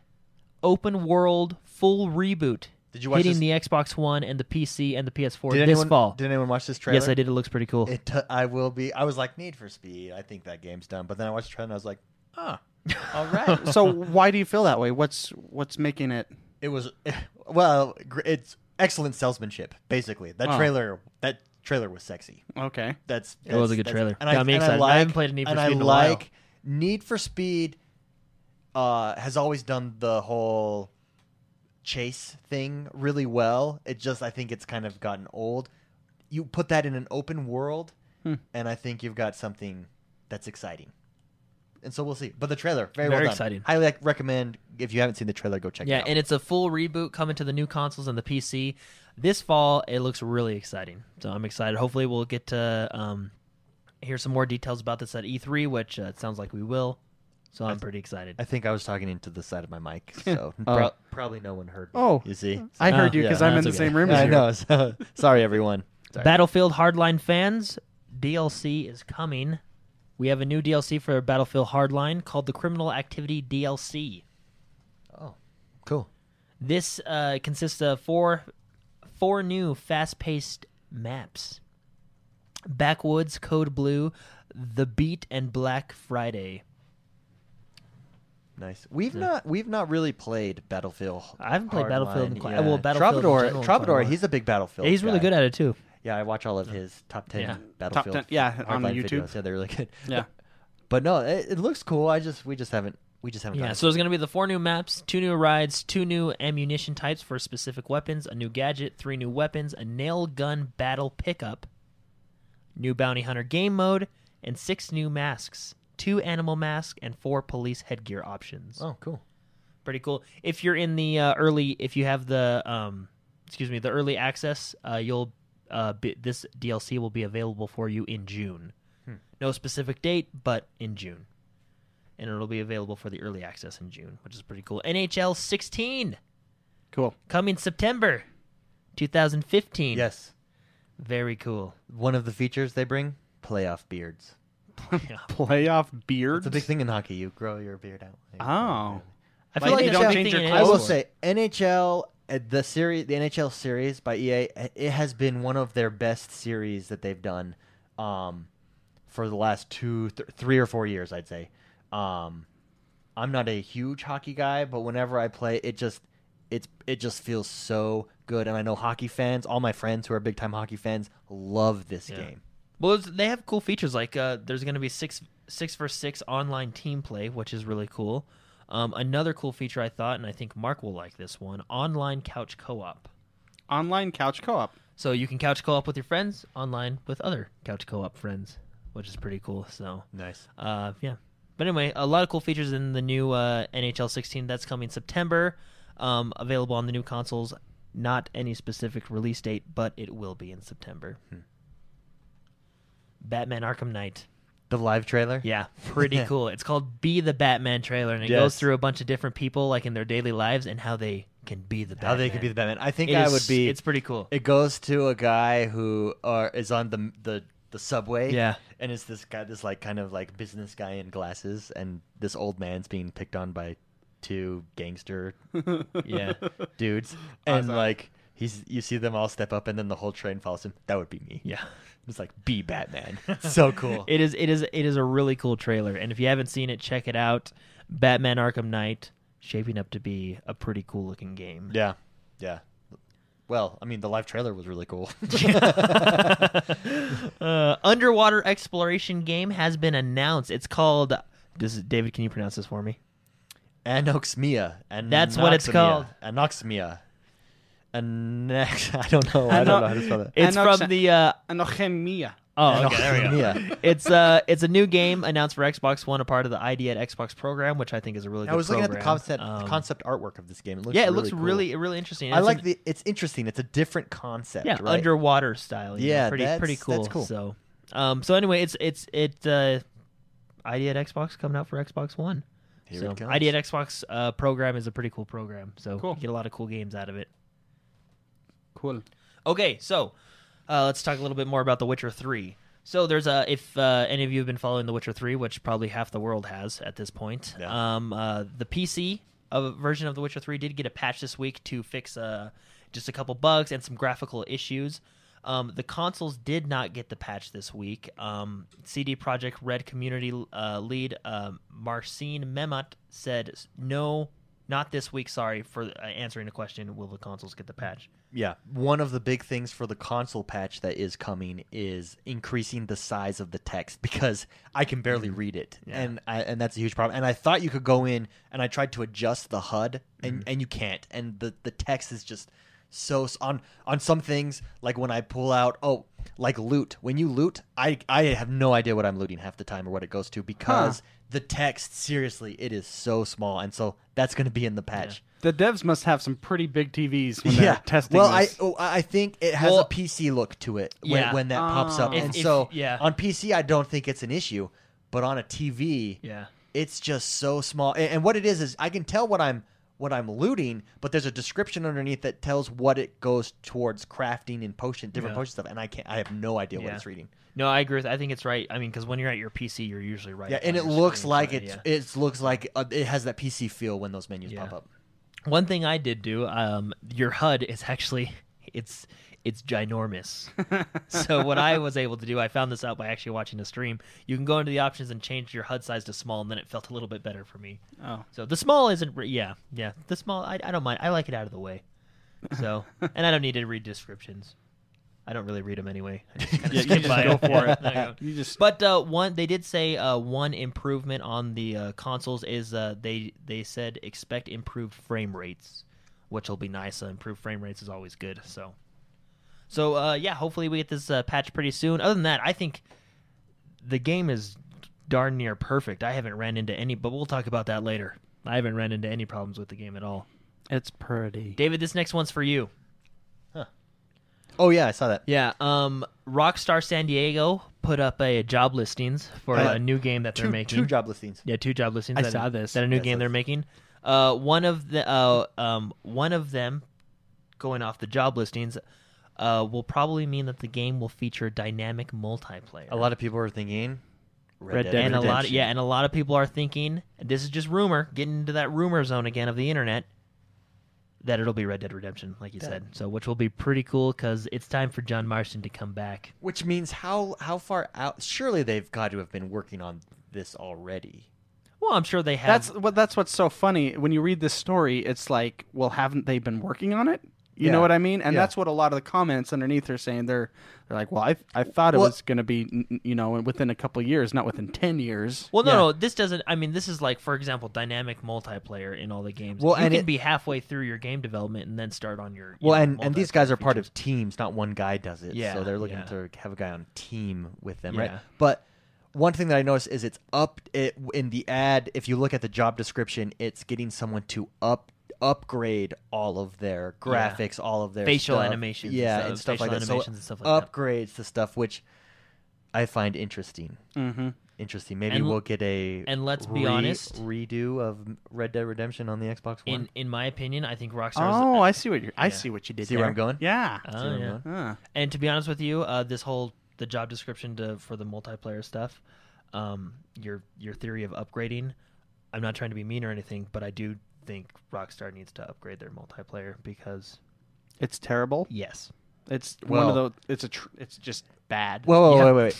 C: open world, full reboot.
A: Did you watch
C: hitting
A: this-
C: the Xbox One and the PC and the PS4
A: Did
C: this
A: anyone,
C: fall?
A: Did anyone watch this trailer?
C: yes, I did. It looks pretty cool.
A: It. do- I will be. I was like Need for Speed. I think that game's done. But then I watched the trailer and I was like, ah, all right.
B: So why do you feel that way? What's what's making it?
A: it was well, gr- it's excellent salesmanship. Basically, that
B: Oh.
A: trailer. That trailer was sexy.
B: Okay,
A: That's
C: It was
A: that's-
C: a good
A: that's-
C: trailer. Got me excited. I haven't played a Need for
A: and
C: Speed in
A: I
C: a while.
A: like Need for Speed. Uh, has always done the whole chase thing really well. It just I think it's kind of gotten old. You put that in an open world,
B: Hmm.
A: and I think you've got something that's exciting. And so we'll see. But the trailer very,
C: Very
A: well done.
C: exciting.
A: Highly rec- recommend if you haven't seen the trailer, go check
C: yeah,
A: it out.
C: and it's a full reboot coming to the new consoles and the PC this fall. It looks really exciting, so I'm excited. Hopefully, we'll get to um, hear some more details about this at E3, which uh, it sounds like we will. So I'm pretty excited.
A: I think I was talking into the side of my mic, so
B: Oh.
A: pro- probably no one heard. Me,
B: Oh.
A: you see,
B: I heard
C: Oh,
B: you because
C: yeah,
B: I'm in
C: that's
B: the
C: okay.
B: same room
A: Yeah,
B: as
A: I
B: you.
A: know. So, sorry, everyone. Sorry.
C: Battlefield Hardline fans, DLC is coming We have a new DLC for Battlefield Hardline called the Criminal Activity DLC.
A: Cool.
C: This uh, consists of four four new fast-paced maps: Backwoods, Code Blue, The Beat, and Black Friday.
A: Nice. We've not we've not really played Battlefield.
C: I haven't played Battlefield in
A: Hardline
C: quite-
A: yet.
C: well, Battlefield in
A: Troubadour,
C: general in quite a
A: Troubadour,
C: while.
A: he's a big Battlefield.
C: Yeah, he's really
A: guy.
C: good at it too.
A: Yeah, I watch all of his top ten
C: Yeah.
A: Battlefield.
B: 10 yeah, on
A: Hardline
B: YouTube.
A: videos. Yeah, they're really good.
B: Yeah.
A: But no, it, it looks cool. I just we just haven't we just haven't.
C: Yeah,
A: gotten
C: so there's going to be the four new maps, two new rides, two new ammunition types for specific weapons, a new gadget, three new weapons, a nail gun battle pickup, new bounty hunter game mode, and six new masks, two animal masks, and four police headgear options.
A: oh, cool.
C: Pretty cool. If you're in the uh, early, if you have the, um, excuse me, the early access, uh, you'll uh, be, this DLC will be available for you in June. No specific date, but in June and it'll be available for the early access in June, which is pretty cool. NHL 16
B: Cool.
C: coming September 2015.
A: Yes,
C: very cool.
A: one of the features they bring playoff beards.
B: Playoff beards.
A: It's a big thing in hockey. You grow your beard out.
C: Ah,
B: Oh.
C: I
B: Like, they
C: that's
B: don't
C: a
B: change
C: thing
B: your
C: in
A: I will
C: NHL.
A: say NHL uh, the series the NHL series by EA uh, it has been one of their best series that they've done um for the last two th- three or four years I'd say um I'm not a huge hockey guy but whenever I play it just it's it just feels so good and I know hockey fans all my friends who are big time hockey fans love this game
C: Well, it's- they have cool features like uh, there's going to be six six for six online team play, which is really cool. Um, another cool feature I thought, and I think Mark will like this one: online couch co-op.
B: Online couch co-op.
C: So you can couch co-op with your friends online with other couch co-op friends, which is pretty cool. So
A: nice
C: Uh, yeah. But anyway, a lot of cool features in the new uh, NHL 16 that's coming September. Um, available on the new consoles. Not any specific release date, but it will be in September.
A: Hmm.
C: Batman Arkham Knight.
A: the live trailer
C: Yeah, pretty cool. It's called Be the Batman trailer, and it
A: Yes.
C: goes through a bunch of different people, like in their daily lives, and how they can be the Batman.
A: how they could be the Batman I think
C: It
A: I
C: is-
A: would be
C: It's pretty cool.
A: It goes to a guy who uh, is on the the the subway.
C: Yeah.
A: and it's this guy, this like kind of like business guy in glasses, and this old man's being picked on by two gangster
C: yeah.
A: dudes, and like he's you see them all step up, and then the whole train follows him. That would be me.
C: Yeah.
A: It's like be Batman. so cool.
C: It is it is it is a really cool trailer, and if you haven't seen it, check it out. Batman Arkham Knight shaping up to be a pretty cool looking game.
A: yeah, yeah. Well, I mean, the live trailer was really cool.
C: Uh, underwater exploration game has been announced. It's called. This is David. Can you pronounce this for me?
A: Anoxmia. And
C: That's what it's called.
A: Anoxmia. Anox. I don't know. I don't know how to spell that.
C: It's
B: Anox-
C: from the. Uh,
B: Anochemia.
C: oh, okay, there we go.
A: Anoxmia.
C: It's uh, it's a new game announced for Xbox One, a part of the ID at Xbox program, which I think is a really.
A: I
C: good
A: was looking at the
C: program.
A: concept
C: Um,
A: the concept artwork of this game. It looks
C: yeah, it
A: really
C: looks
A: cool.
C: really really interesting.
A: I
C: It's
A: like
C: an-
A: the. It's interesting. It's a different concept.
C: yeah,
A: right?
C: underwater style. you know,
A: Yeah,
C: pretty
A: that's-
C: pretty
A: that's
C: cool.
A: cool.
C: So, um, so anyway, it's it's it. Uh, ID at Xbox coming out for Xbox One.
A: Here
C: so
A: it comes.
C: ID at Xbox uh, program is a pretty cool program. So
B: Cool.
C: you get a lot of cool games out of it.
B: Cool.
C: Okay, so uh, let's talk a little bit more about The Witcher Three. So there's a if uh, any of you have been following The Witcher Three, which probably half the world has at this point.
A: Yeah.
C: Um, uh, the PC of, version of The Witcher Three did get a patch this week to fix uh, just a couple bugs and some graphical issues. Um, the consoles did not get the patch this week. Um, CD Project Red community uh, lead um, Marcin Memot said, "No, not this week. Sorry for uh, answering the question. Will the consoles get the patch?"
A: Yeah, one of the big things for the console patch that is coming is increasing the size of the text because I can barely read it, and I, and that's a huge problem. And I thought you could go in, and I tried to adjust the HUD, and, and you can't. And the, the text is just so s- on on some things like when I pull out oh like loot when you loot I I have no idea what I'm looting half the time or what it goes to because the text seriously it is so small, and so that's going to be in the patch.
B: The devs must have some pretty big TVs when they're testing
A: Well,
B: this.
A: I oh, I I think it has
C: Well-
A: a PC look to it when,
C: Yeah.
A: when that pops up,
C: If-
A: and
C: if-
A: so
C: yeah.
A: on PC I don't think it's an issue, but on a TV,
C: Yeah.
A: it's just so small. And, and what it is is I can tell what I'm what I'm looting, but there's a description underneath that tells what it goes towards crafting and potion, different
J: Yeah.
A: potion stuff, and I can't, I have no idea what
J: Yeah.
A: it's reading.
C: No, I agree with. I think it's right. I mean, because when you're at your PC, you're usually right.
A: yeah,
C: up
A: and
C: on
A: it
C: your
A: looks
C: screen,
A: like
C: so,
A: it's
C: yeah.
A: it's looks like uh, it has that PC feel when those menus
C: Yeah.
A: pop up.
C: One thing I did do, um, your HUD is actually it's it's ginormous. so what I was able to do, I found this out by actually watching a stream. You can go into the options and change your HUD size to small, and then it felt a little bit better for me.
B: Oh,
C: So the small isn't, re- yeah, yeah. The small, I, I don't mind. I like it out of the way. So, and I don't need to read descriptions. I don't really read them anyway. I just kinda
B: Yeah, you
C: skip
B: just
C: by
B: go for it.
C: There you go.
B: you just
C: But uh, one, they did say uh, one improvement on the uh, consoles is uh, they they said expect improved frame rates, which will be nice. Uh, improved frame rates is always good. So, so uh, yeah, hopefully we get this uh, patch pretty soon. Other than that, I think the game is darn near perfect. I haven't ran into any, but we'll talk about that later. I haven't ran into any problems with the game at all.
B: it's pretty.
C: David, this next one's for you.
A: Oh yeah, I saw that.
C: Yeah, um, Rockstar San Diego put up a job listings for
A: Uh,
C: a new game that they're
A: two,
C: making.
A: two job listings.
C: Yeah, two job listings.
B: I
C: that-
B: saw this.
C: That a new
A: Yeah, I saw
C: game they're
A: this.
C: making. Uh, one of the uh, um, one of them, going off the job listings, uh, will probably mean that the game will feature dynamic multiplayer.
A: A lot of people are thinking Red,
B: Red Dead
C: and a lot, of,
B: Redemption.
C: yeah, and a lot of people are thinking this is just rumor, getting into that rumor zone again of the internet. That it'll be Red Dead Redemption, like you
A: Yeah.
C: said. So, which will be pretty cool because it's time for John Marston to come back.
A: Which means how how far out? Surely they've got to have been working on this already.
C: Well, I'm sure they have.
B: That's what. That's what's so funny when you read this story. It's like, well, haven't they been working on it? You know
A: Yeah.
B: what I mean? And
A: Yeah.
B: that's what a lot of the comments underneath are saying. They're they're like, well, I I thought it
A: Well-
B: was going to be n- n- you know within a couple of years, not within ten years.
C: Well, no,
A: Yeah.
C: no, this doesn't. I mean, this is like, for example, dynamic multiplayer in all the games.
A: Well,
C: you
A: and
C: can
A: it-
C: be halfway through your game development and then start on your. you
A: Well,
C: know,
A: and, and these guys
C: multiplayer
A: are part
C: features.
A: of teams, not one guy does it.
C: Yeah,
A: so they're looking
C: yeah.
A: to have a guy on team with them,
C: Yeah.
A: right? But one thing that I noticed is it's up it, in the ad. If you look at the job description, it's getting someone to up upgrade all of their
C: Yeah.
A: graphics, all of their
C: Facial
A: stuff.
C: animations and
A: yeah,
C: stuff-
A: and stuff like
C: facial
A: that. So
C: animations and stuff like that.
A: upgrades to stuff which I find interesting.
B: Mm-hmm.
A: Interesting. Maybe
C: And l-
A: we'll get a
C: and let's be
A: re-
C: honest.
A: redo of Red Dead Redemption on the Xbox One.
C: In in my opinion, I think Rockstar.
B: Oh, I see what you. are I
C: yeah.
B: see what you did.
A: See where
B: there.
A: I'm going?
B: Yeah.
C: Oh,
A: See what I'm
C: yeah.
A: going?
B: Huh.
C: And to be honest with you, uh, this whole the job description to, for the multiplayer stuff, um, your your theory of upgrading. I'm not trying to be mean or anything, but I do think Rockstar needs to upgrade their multiplayer because
B: It's terrible.
C: yes,
B: It's one
A: Well-
B: of the. It's a. Tr- it's just bad.
A: Whoa, whoa,
C: Yeah.
A: wait, wait, wait.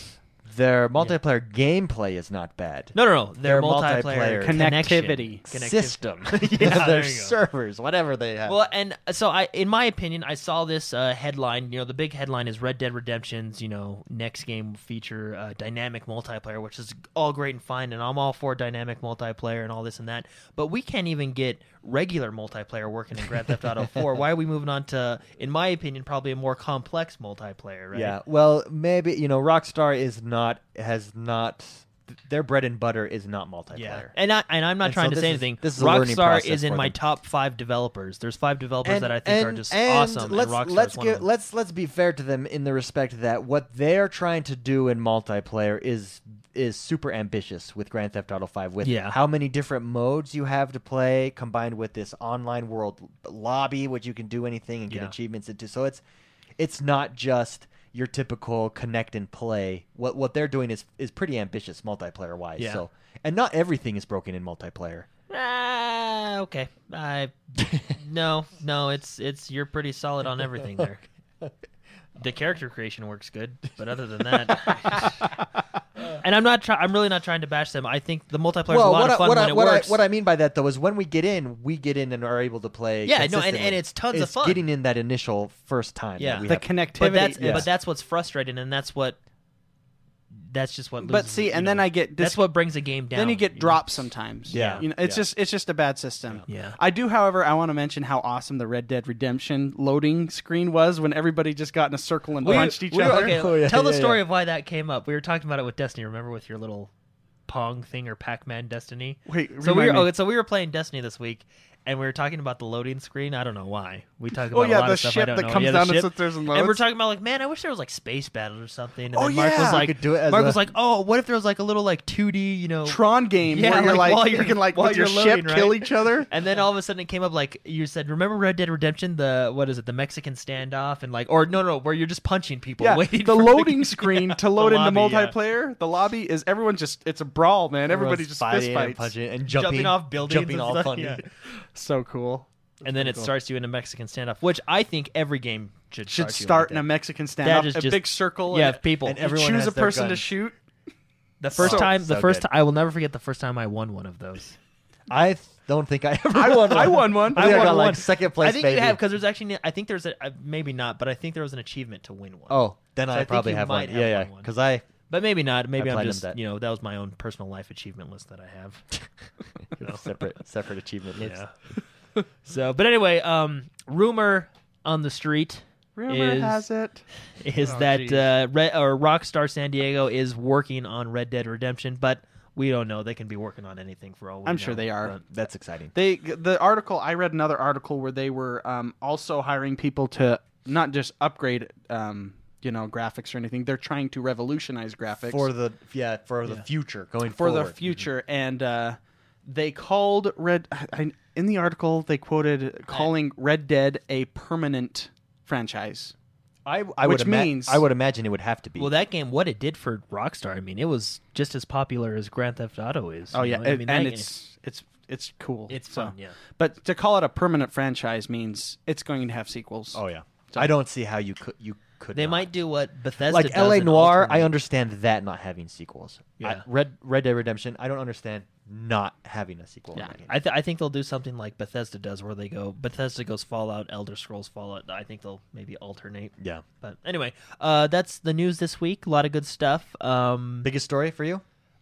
A: Their multiplayer gameplay is not bad.
C: no, no, no, their,
A: Their
C: multiplayer,
A: multiplayer
C: connection-
B: connectivity.
C: connectiv-
A: system,
C: Yeah, there
A: their
C: you go.
A: servers, whatever they have.
C: Well, and uh, so I, in my opinion, I saw this uh, headline. You know, the big headline is Red Dead Redemption's, you know, next game feature uh, dynamic multiplayer, which is all great and fine, and I'm all for dynamic multiplayer and all this and that. But we can't even get regular multiplayer working in Grand Theft Auto 4. Why are we moving on to, in my opinion, probably a more complex multiplayer? Right?
A: yeah. Well, maybe you know, Rockstar is not has not th- their bread and butter is not multiplayer.
C: Yeah, and I and I'm not
A: And
C: trying
A: so
C: to
A: this
C: say
A: is-
C: anything.
A: this is a learning
C: Rockstar
A: process
C: is in
A: for
C: my
A: them.
C: top five developers. There's five developers that I think are just
A: and
C: awesome.
A: Let's
C: and Rockstar
A: let's
C: is one of
A: give-
C: them.
A: let's let's be fair to them in the respect that what they're trying to do in multiplayer is is super ambitious with Grand Theft Auto 5 with
C: Yeah.
A: how many different modes you have to play combined with this online world lobby which you can do anything and get
C: Yeah.
A: achievements into. So it's it's not just your typical connect and play. What what they're doing is is pretty ambitious multiplayer wise.
C: Yeah.
A: So and not everything is broken in multiplayer.
C: Ah, okay. I no, no. It's it's you're pretty solid on everything there. The character creation works good, but other than that, and I'm not. Try- I'm really not trying to bash them. I think the multiplayer is a lot
A: what
C: of
A: I,
C: fun
A: what
C: when
A: I,
C: it
A: what
C: works.
A: I, what I mean by that though is when we get in, we get in and are able to play.
C: Yeah, no, and- and
A: consistently.
C: it's tons of
A: It's
C: fun.
A: Getting in that initial first time.
C: Yeah.
A: that we
B: the
A: have.
B: connectivity.
C: but that's
A: yeah.
C: but that's what's frustrating, and that's what that's just what.
B: But
C: loses
B: see,
C: it,
B: and
C: you
B: then
C: know.
B: I get dis-
C: that's what brings a game down.
B: Then you get
C: know?
B: dropped sometimes.
A: Yeah.
B: You know, it's
A: Yeah.
B: just it's just a bad system.
C: Yeah.
B: I do, however, I want to mention how awesome the Red Dead Redemption loading screen was when everybody just got in a circle and
C: We-
B: punched each
C: we were-
B: other.
C: Okay,
A: Oh, yeah,
C: tell the
A: yeah,
C: story
A: yeah.
C: of why that came up. We were talking about it with Destiny. Remember with your little Pong thing or Pac-Man Destiny.
B: Wait,
C: so we were
B: remind me.
C: oh, so we were playing Destiny this week, and we were talking about the loading screen. I don't know why we talk about
K: Oh,
C: a
K: yeah,
C: lot
K: the
C: of stuff. I
K: ship
C: don't
K: that
C: know.
K: comes
C: yeah, the
K: down and
C: ship.
K: sits there and
C: we're
K: loads.
C: talking about like, man, I wish there was like space battle or something. And
K: Oh,
C: then Mark
K: yeah.
C: was
K: You
C: like,
A: could do it as
C: Mark
A: a-
C: was like, oh, what if there was like a little like 2D, you know,
B: Tron game.
C: Yeah,
B: where
K: where you're
C: like,
K: like,
C: while
K: you
C: you're-
K: can like
C: while
K: with your
C: you're
K: ship
C: loading, right?
K: kill each other.
C: And then all of a sudden it came up like you said, remember Red Dead Redemption, the what is it, the Mexican standoff and like or no no, where you're just punching people
B: yeah,
C: waiting
B: the
C: for
B: loading
C: yeah,
B: screen to load
C: the
B: into
C: lobby, yeah.
B: multiplayer. The lobby is everyone just it's a brawl, man. Everybody
A: Everyone's
B: just fist
A: fighting and
B: fights.
A: punching and
C: Jumping
A: jumping,
C: off buildings
A: jumping
C: and
A: all
C: stuff,
A: funny.
C: yeah.
B: So cool.
C: And then it starts you in a Mexican standoff, which I think every game should
B: Should
C: you
B: start
C: like
B: in a
C: that.
B: Mexican standoff,
C: That is
B: a
C: just-
B: big circle.
C: yeah,
B: and
C: of people.
A: and
B: you
A: everyone
B: choose
A: has
B: a
A: their
B: person to
A: guns.
B: shoot.
C: the first
B: so-
C: time, the
A: so
C: first
A: good.
C: time, I will never forget the first time I won one of those.
A: I th- don't think I ever
B: I
A: won.
B: won. I won one.
A: I, think I
B: won
A: got
B: one.
A: like second place.
C: I think
A: maybe.
C: you have because there's actually I think there's a uh, maybe not, but I think there was an achievement to win one.
A: Oh, then
C: So I
A: I,
C: think
A: probably
C: you
A: have
C: might
A: one.
C: have
A: yeah,
C: won
A: yeah.
C: one.
A: Because I
C: but maybe not. Maybe I'm
A: platinumed
C: just
A: that.
C: you know that was my own personal life achievement list that I have.
A: separate separate achievement list.
C: Yeah. so, but anyway, um, rumor on the street
B: Rumor
C: is,
B: has it.
C: is that uh, Red, or Rockstar San Diego is working on Red Dead Redemption, but we don't know. They can be working on anything for all we
B: I'm sure
C: know,
B: they are.
C: but-
A: uh, That's exciting.
B: They the article I read another article where they were um, also hiring people to not just upgrade um, you know graphics or anything. They're trying to revolutionize graphics
A: For the yeah, for the future going
B: for the
C: mm-hmm.
A: forward.
B: future and uh, they called Red I, in the article they quoted calling Red Dead a permanent franchise.
A: I, I
B: Which
A: would ima-
B: means-
A: I would imagine it would have to be.
C: Well, that game, what it did for Rockstar, I mean, it was just as popular as Grand Theft Auto is.
B: Oh
C: you
B: yeah,
C: know? I
B: and-
C: mean,
B: and
C: that
B: it's it's it's cool.
C: game- it's
B: So-
C: fun. Yeah,
B: But to call it a permanent franchise means it's going to have sequels.
A: oh yeah. I don't see how you could you could.
C: they
A: not.
C: might do what Bethesda
A: like
C: does
A: L.A.
C: in
A: Noir. I
C: alternate-
A: understand that not having sequels. I-
C: Yeah.
A: Red Red Dead Redemption. I don't understand not having a sequel. in
B: Yeah.
A: that game.
C: I, th- I think they'll do something like Bethesda does, where they go Bethesda goes Fallout, Elder Scrolls Fallout. I think they'll maybe alternate.
A: yeah.
C: But anyway, uh, that's the news this week. A lot of good stuff. Um,
A: Biggest story for you?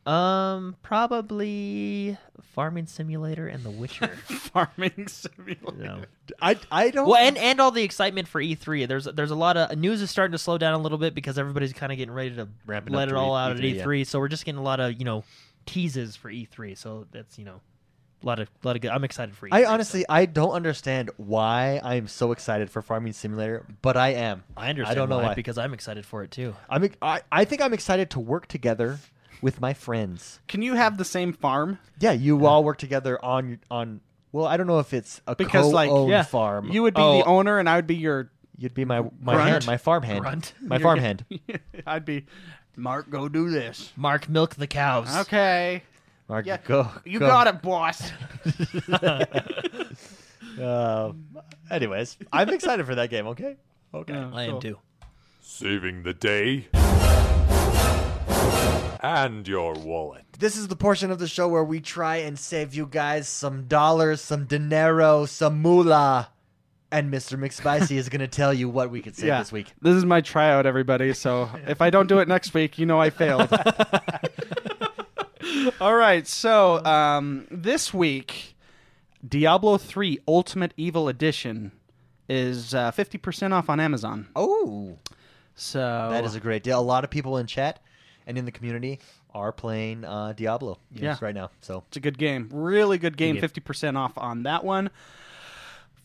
C: um, probably Farming Simulator and The Witcher.
B: Farming simulator.
C: you know.
A: I I don't.
C: Well, and and all the excitement for E3. There's there's a lot of news is starting to slow down a little bit because everybody's kind of getting ready to
A: Ramping up
C: let it
A: to
C: all
A: E-
C: out at
A: E3, yeah.
C: E3. So we're just getting a lot of you know teases for E3. So that's you know a lot of lot of good. I'm excited for. E3,
A: I
C: so-
A: honestly I don't understand why I'm so excited for Farming Simulator, but I am.
C: I understand.
A: I don't know why.
C: because I'm excited for it too.
A: I'm I, I think I'm excited to work together with my friends.
B: Can you have the same farm?
A: Yeah, you all work together on on. Well, I don't know if it's a
B: Because, like,
A: co-owned
B: yeah,
A: farm.
B: You would be
A: Oh,
B: the owner, and I would be your.
A: You'd be my my
B: Grunt.
A: hand, my farm hand,
C: Grunt.
A: my farm hand.
B: I'd be Mark. Go do this.
C: Mark, milk the cows.
B: Okay.
A: Mark,
B: Yeah,
A: go.
B: You
A: go.
B: got it, boss.
A: Um, anyways, I'm excited for that game. Okay. Okay.
C: I am too.
L: saving the day and your wallet.
A: This is the portion of the show where we try and save you guys some dollars, some dinero, some moolah. And Mr. McSpicy is going to tell you what we could save
B: yeah.
A: this week.
B: This is my tryout, everybody. So if I don't do it next week, you know I failed. All right. So um, this week, Diablo 3 Ultimate Evil Edition is uh, 50% off on Amazon.
A: Oh,
B: So
A: that is a great deal. A lot of people in chat and in the community are playing uh, Diablo
B: Yeah.
A: right now. So
B: It's a good game. Really good game. Fifty percent off on that one.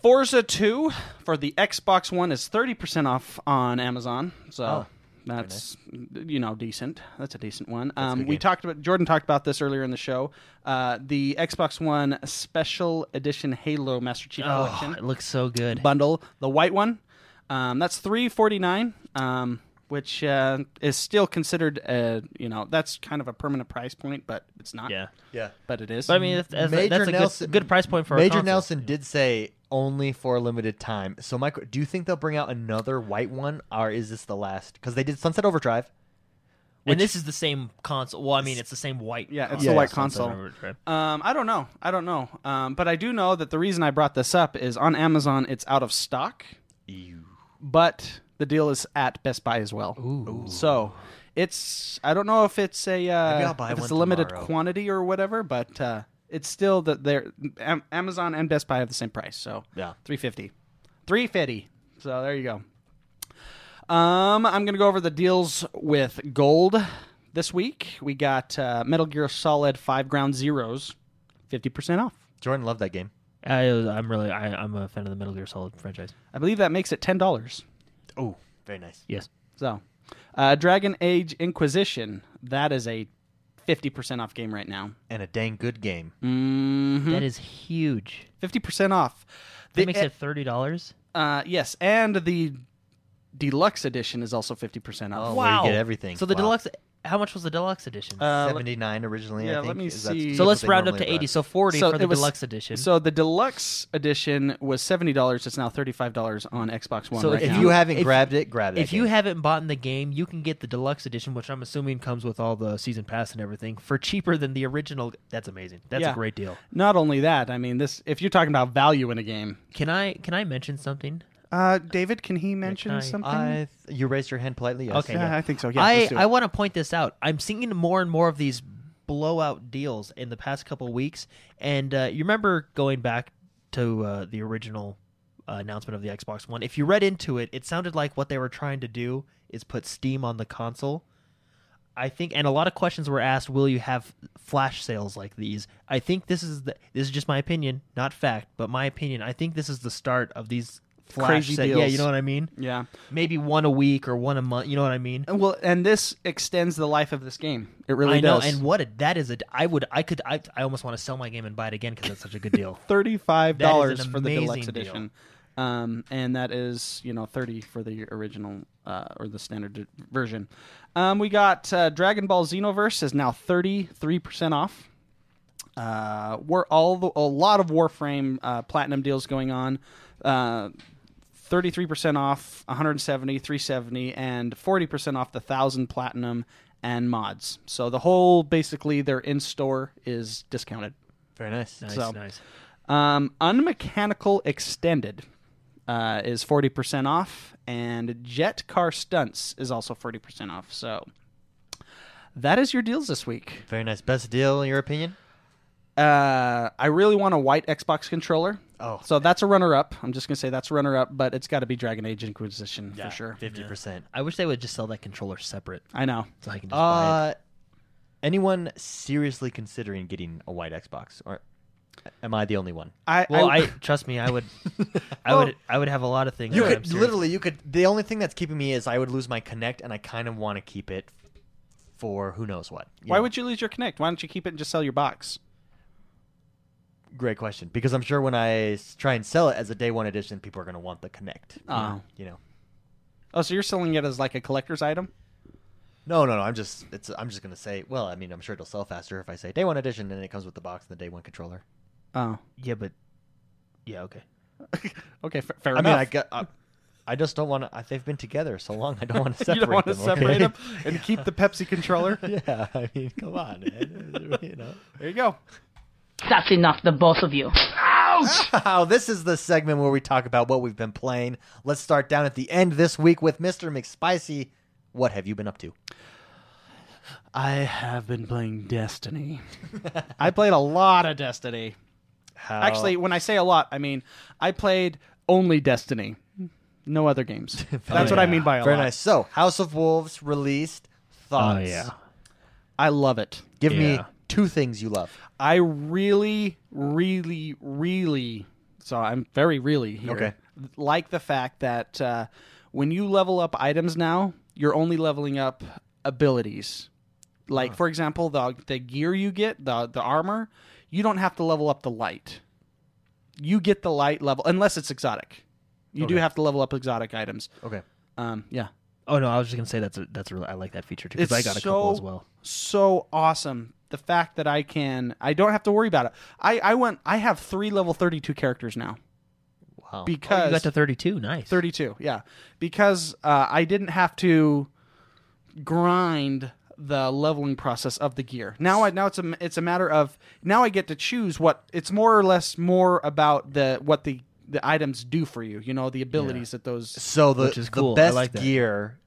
B: Forza Two for the Xbox One is thirty percent off on Amazon. So.
C: Oh,
B: That's you know decent. That's a decent one. Um, we talked about Jordan talked about this earlier in the show. Uh, the Xbox One Special Edition Halo Master Chief
C: Oh, it
B: Collection
C: looks so good.
B: bundle, the white one. Um, that's three forty nine, um, which uh, is still considered a you know that's kind of a permanent price point, but it's not.
C: yeah,
A: yeah,
B: but it is.
C: but I mean, that's, that's a- that's a good, good price point for a
A: Major
C: console.
A: Nelson did say only for a limited time. So, Mike, do you think they'll bring out another white one, or is this the last? Because they did Sunset Overdrive.
C: And this is the same console. Well, I mean, it's the same white.
B: Yeah, it's
C: console.
B: the
A: Yeah,
B: white
A: yeah,
B: console.
C: Right.
B: Um, I don't know. I don't know. Um, but I do know that the reason I brought this up is on Amazon it's out of stock. But the deal is at Best Buy as well. So it's I don't know if it's a
A: Maybe
B: uh,
A: I'll buy
B: if it's a
A: one
B: limited
A: tomorrow.
B: quantity or whatever, but uh, it's still that they're Am- Amazon and Best Buy have the same price. So
A: Yeah.
B: 350. 350. So there you go. Um, I'm gonna go over the deals with gold this week. We got uh, Metal Gear Solid Five Ground Zeros, fifty percent off.
A: Jordan loved that game.
C: I, I'm really I, I'm a fan of the Metal Gear Solid franchise.
B: I believe that makes it ten dollars.
A: Oh, very nice.
C: Yes.
B: So, uh, Dragon Age Inquisition. That is a fifty percent off game right now. Mm-hmm.
A: And a dang good game.
B: Hmm.
C: That is huge.
B: Fifty percent off.
C: That
B: The- e
C: makes it thirty dollars.
B: Uh, yes, and the deluxe edition is also fifty percent off.
A: Oh, where you get everything.
C: So the
A: Wow.
C: deluxe. How much was the deluxe edition?
B: Uh, let-
A: 79 originally, I
B: yeah,
A: think.
B: let me
A: is that's-
B: see.
A: that's
B: So
C: so
A: what
C: let's
A: they
C: round up
A: normally
C: to
A: run.
C: eighty. So forty
B: So
C: for the
B: it was-
C: deluxe edition.
B: So the deluxe edition was seventy dollars. It's now thirty five dollars on Xbox One.
C: So
B: right
A: If
B: now.
A: you haven't
C: If-
A: grabbed it, grab it.
C: if you haven't bought in the game, you can get the deluxe edition, which I'm assuming comes with all the season pass and everything, for cheaper than the original. That's amazing. That's
B: Yeah.
C: a great deal.
B: Not only that, I mean this. If you're talking about value in a game,
C: Can I can I mention something?
B: uh, David, can he mention
C: I-
B: something?
A: I th- you raised your hand politely. Yes.
C: Okay.
B: yeah,
C: yeah.
B: I think so. Yeah,
C: I
B: let's do it.
C: I want to point this out. I'm seeing more and more of these blowout deals in the past couple weeks, and uh, you remember going back to uh, the original uh, announcement of the Xbox One. If you read into it, it sounded like what they were trying to do is put Steam on the console. I think, and a lot of questions were asked: Will you have flash sales like these? I think this is the, this is just my opinion, not fact, but my opinion. I think this is the start of these flash
B: Crazy
C: sa- Yeah,
B: deals.
C: you know what I mean.
B: yeah.
C: Maybe one a week or one a month. You know what I mean.
B: And Well, and this extends the life of this game. It really
C: I know,
B: does.
C: and what a, that is a I would I could I, I almost want to sell my game and buy it again because that's such a good deal.
B: thirty-five
C: That
B: dollars
C: is an
B: for the deluxe
C: amazing deal.
B: edition, um, and that is you know thirty for the original uh, or the standard d- version. Um, we got uh, Dragon Ball Xenoverse is now thirty-three percent off. Uh, we're all the, a lot of Warframe uh, platinum deals going on. Uh, 33% off 170 370 and 40% off the 1000 platinum and mods so the whole basically their in-store is discounted
A: Very nice.
C: Nice,
B: So-
C: nice.
B: um, Unmechanical Extended uh, is 40% off, and Jet Car Stunts is also 40% off. So that is your deals this week.
A: Very nice. Best deal in your opinion?
B: Uh, I really want a white Xbox controller.
A: Oh.
B: So that's a runner up. I'm just going to say that's a runner up, but it's got to be Dragon Age Inquisition for sure.
A: 50%.
C: I wish they would just sell that controller separate
B: I know.
C: so I can just buy it.
A: Uh anyone seriously considering getting a white Xbox or am I the only one?
B: I,
C: Well,
B: I,
C: I, trust me, I would, I would, I would have a lot of things.
A: You
C: that I'm
A: could
C: serious-
A: literally you could the only thing that's keeping me is I would lose my connect and I kind of want to keep it for who knows what.
B: why would you lose your Connect? Why don't you keep it and just sell your box?
A: Great question. Because I'm sure when I s- try and sell it as a day one edition, people are going to want the connect.
B: Oh.
A: You know.
B: Oh, so you're selling it as like a collector's item?
A: No, no, no. I'm just it's I'm just going to say, well, I mean, I'm sure it'll sell faster if I say day one edition and it comes with the box and the day one controller.
B: Oh.
C: yeah, but yeah, okay.
B: Okay, f- fair
A: I
B: enough.
A: mean, I got I, I just don't want to they've been together so long. I don't want to separate
B: you don't want to
A: them.
B: separate
A: okay?
B: them and keep the Pepsi controller.
A: yeah, I mean, come on, man. you know.
B: There you go.
M: That's enough, the both of you.
A: Wow, this is the segment where we talk about what we've been playing. Let's start down at the end this week with Mr. McSpicy. What have you been up to?
B: I have been playing Destiny. I played a lot of Destiny.
A: How...
B: Actually, when I say a lot, I mean I played only Destiny, no other games. That's what I mean by a
A: very
B: lot.
A: nice. So, House of Wolves released thoughts.
B: I love it.
A: Give me
C: Oh, Yeah.
A: two things you love.
B: I really, really, really. So I'm very really here.
A: Okay.
B: Like the fact that uh, when you level up items now, you're only leveling up abilities. Like for example, the the gear you get, the the armor, you don't have to level up the light. You get the light level unless it's exotic. You do have to level up exotic items.
A: Okay.
B: Um, yeah.
C: Oh no, I was just gonna say that's a, that's a really I like that feature too because
B: It's
C: I got a couple
B: so-
C: as well.
B: so awesome the fact that I can I don't have to worry about it. I I went I have 3 level 32 characters now
A: Wow.
C: Oh,
B: because
C: you got to thirty two. Nice.
B: 32, yeah. Because uh, I didn't have to grind the leveling process of the gear. Now I now it's a it's a matter of now I get to choose what it's more or less more about the what the the items do for you, you know, the abilities that those
A: So the,
C: Which is
A: the
C: cool. I
A: best
C: like that.
A: gear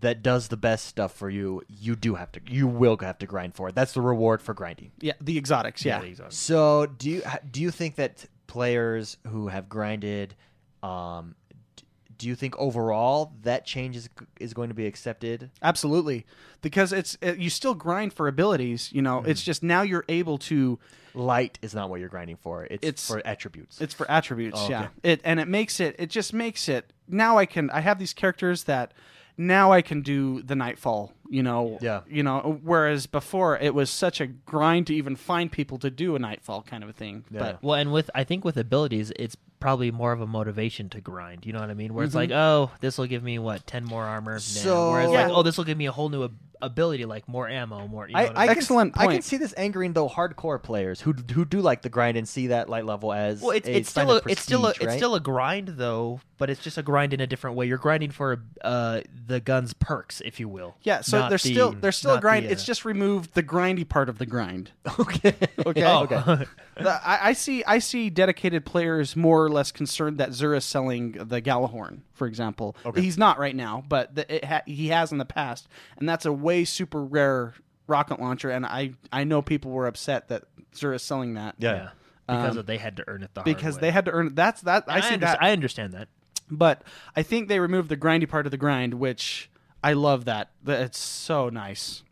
A: that does the best stuff for you, you do have to you will have to grind for it. That's the reward for grinding.
B: yeah, the exotics, yeah.
A: So do you do you think that players who have grinded, um, d- do you think overall that change is is going to be accepted?
B: Absolutely, because it's it, you still grind for abilities. You know,
C: Mm-hmm.
B: it's just now you're able to.
A: Light is not what you're grinding for. It's,
B: It's-
A: for attributes.
B: It's for attributes, yeah. It and it makes it. It just makes it. Now I can. I have these characters that now I can do the Nightfall. You know.
A: Yeah.
B: You know. Whereas before it was such a grind to even find people to do a Nightfall kind of a thing. But
C: Well, and with I think with abilities, it's probably more of a motivation to grind. You know what I mean? Where it's like, oh, this will give me what ten more armor. now.
A: So-
C: whereas
B: Yeah.
C: like, oh, this will give me a whole new ab- ability, like more ammo, more. You know what
A: I
C: I mean?
A: can-
B: Excellent
A: I can
B: point.
A: see this angering though hardcore players who who do like the grind and see that light level as
C: well, it's,
A: a
C: it's
A: sign
C: still a
A: of
C: it's still a
A: prestige,
C: it's
A: right?
C: still a grind though, but it's just a grind in a different way. You're grinding for uh, the gun's perks, if you will.
B: yeah, so
C: Not
B: there's
C: the-
B: still there's still a
C: not the,
B: grind.
C: uh,
B: it's just removed the grindy part of the grind.
A: okay.
B: Okay.
C: Oh.
B: The- I, I see. I see dedicated players more or less concerned that Zur is selling the Galahorn, for example. He's not right now, but the, it ha- he has in the past, and that's a way super rare rocket launcher. And I I know people were upset that Zur is selling that.
C: yeah, because of- they had to earn it the hard
B: Um, Because
C: way.
B: they had to earn. That's that. I,
C: I,
B: see
C: under-
B: that.
C: I understand that.
B: but I think they removed the grindy part of the grind, which I love that. That- It's so nice.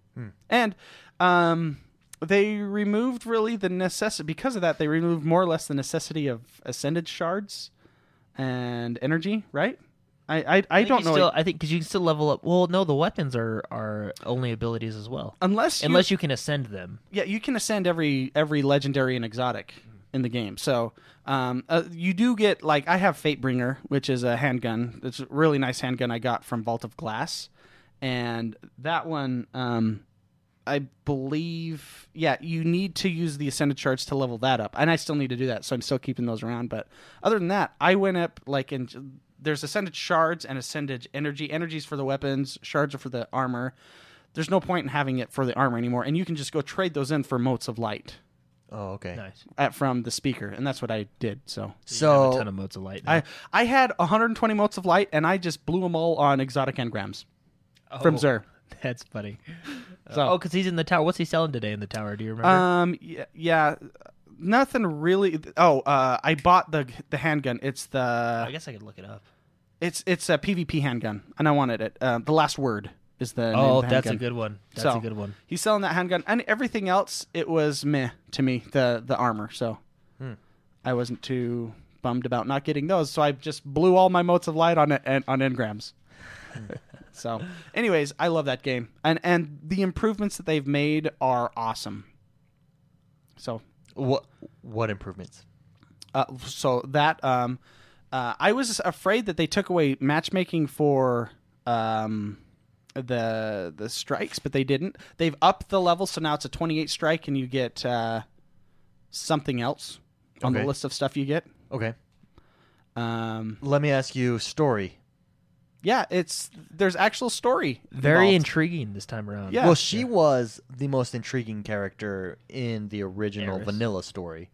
B: And um, they removed really the necessity because of that. They removed more or less the necessity of ascended shards and energy. Right? I I, I
C: think
B: don't
C: you
B: know
C: Still, I think because you can still level up. Well, no, the weapons are are only abilities as well,
B: unless you,
C: unless you can ascend them.
B: yeah you can ascend every every legendary and exotic in the game. So um, uh, you do get like I have Fatebringer, which is a handgun. It's a really nice handgun I got from Vault of Glass, and that one um, I believe yeah you need to use the ascended charts to level that up, and I still need to do that, so I'm still keeping those around. But other than that, I went up like in there's ascended shards and ascended energy. Energies for the weapons, shards are for the armor. There's no point in having it for the armor anymore, and you can just go trade those in for motes of light
A: Oh, okay.
C: Nice.
B: at, from the speaker, and that's what I did. So
A: So
C: a ton of modes of light.
B: I I had 120 motes of light, and I just blew them all on exotic engrams from Zer.
C: Oh. That's funny.
B: So-
C: oh, because he's in the tower. What's he selling today in the tower? Do you remember?
B: Um, yeah, yeah, nothing really. Oh, uh, I bought the the handgun. It's
C: I
B: the
C: guess I could look it up.
B: it's it's a PvP handgun, and I wanted it. Uh, the last word is the name
C: Oh,
B: of the
C: that's a
B: handgun.
C: good one. That's
B: So,
C: a good one.
B: He's selling that handgun, and everything else it was meh to me. The the armor, so
C: Hmm.
B: I wasn't too bummed about not getting those. So I just blew all my motes of light on en- on engrams. so, anyways, I love that game, and and the improvements that they've made are awesome. So
A: what what improvements?
B: uh, so that um, uh, I was afraid that they took away matchmaking for um, the the strikes, but they didn't. They've upped the level, so now it's a twenty eight strike, and you get uh, something else on the
A: Okay.
B: list of stuff you get.
A: Okay.
B: Um,
A: Let me ask you story.
B: yeah, it's there's actual story.
C: Very
B: involved.
C: intriguing this time around.
B: Yeah.
A: well, she was the most intriguing character in the original
C: Eris.
A: vanilla story.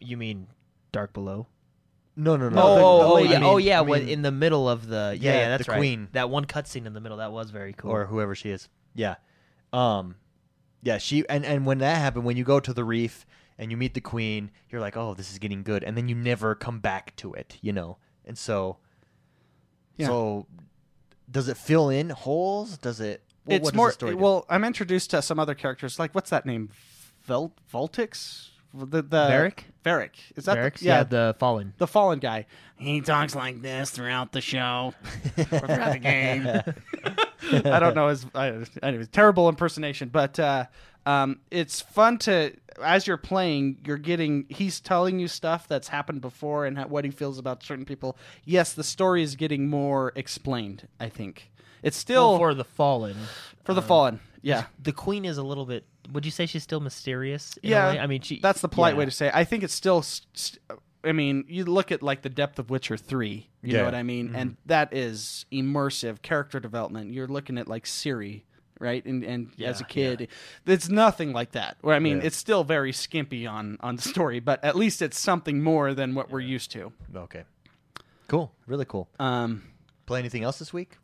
C: You mean Dark Below?
A: No, no, no.
B: No, the-
C: oh,
B: the
C: oh,
B: lady.
C: yeah,
B: I mean-
C: oh yeah,
A: I
C: when
A: mean-
C: in the middle of the yeah,
A: Yeah,
C: yeah, that's
A: the
C: right.
A: queen.
C: That one cutscene in the middle that was very cool.
A: or whoever she is. Yeah. Um yeah, she and and when that happened when you go to the reef and you meet the queen, you're like, "Oh, this is getting good." And then you never come back to it, you know. And so
B: Yeah.
A: So does it fill in holes? Does it well,
B: it's
A: what does
B: more
A: the story do?
B: well. I'm introduced to some other characters. Like what's that name? Vel- Voltix. The, the
C: Varric?
B: Varric. Is that the-
C: Varric's? yeah, the Fallen.
B: the fallen guy. He talks like this throughout the show, throughout the game. I don't know his. I, anyways, terrible impersonation, but uh, um, it's fun to as you're playing, you're getting. He's telling you stuff that's happened before and how, what he feels about certain people. Yes, the story is getting more explained. I think it's still
C: Well, Oh, for the Fallen.
B: for the fallen. Yeah,
C: The queen is a little bit. Would you say she's still mysterious? In
B: Yeah,
C: a way? I mean, she.
B: that's the polite
C: yeah.
B: way to say. It. I think it's still. s- s- I mean, you look at like the depth of Witcher three. You know
A: Yeah.
B: what I mean, and that is immersive character development. You're looking at like Siri, right? And and as a kid, it's nothing like that. Well, I mean, it's still very skimpy on on the story, but at least it's something more than what we're used to.
A: Okay. Cool. Really cool.
B: Um,
A: Play anything else this week?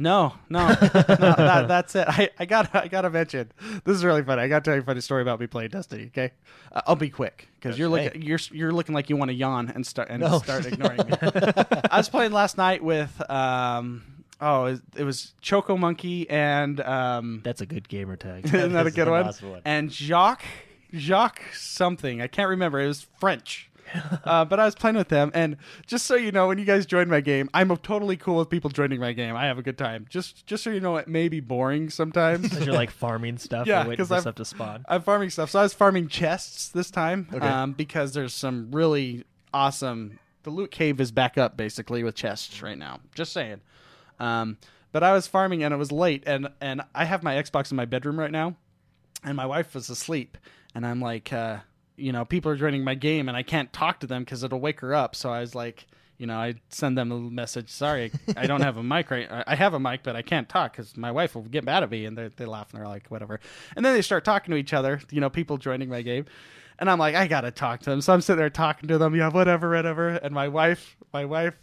B: No, no, no that, that's it. I, I got I gotta mention this is really funny. I gotta tell you a funny story about me playing Destiny. Okay, uh, I'll be quick because you're looking you're you're looking like you want to yawn and start and start ignoring me. I was playing last night with um oh it, it was Choco Monkey and um
C: That's a good gamer tag.
B: Isn't that a good one?
A: one.
B: And Jacques, Jacques something. I can't remember. It was French. uh, but I was playing with them, and just so you know, when you guys join my game, I'm totally cool with people joining my game. I have a good time. Just, just so you know, it may be boring sometimes.
C: Because you're like farming stuff
B: Yeah,
C: and waiting
B: 'cause
C: for
B: I've-
C: stuff to spawn.
B: I'm farming stuff. So I was farming chests this time um, because there's some really awesome. The loot cave is back up basically with chests right now. Just saying. Um, but I was farming and it was late, and and I have my Xbox in my bedroom right now, and my wife was asleep, and I'm like, uh, you know, people are joining my game, and I can't talk to them because it'll wake her up. So I was like. You know, I send them a little message. Sorry, I don't have a mic right. I have a mic, but I can't talk because my wife will get mad at me. And they they laugh and they're like, whatever. And then they start talking to each other. You know, people joining my game, and I'm like, I gotta talk to them. So I'm sitting there talking to them. Yeah, whatever, whatever. And my wife, my wife,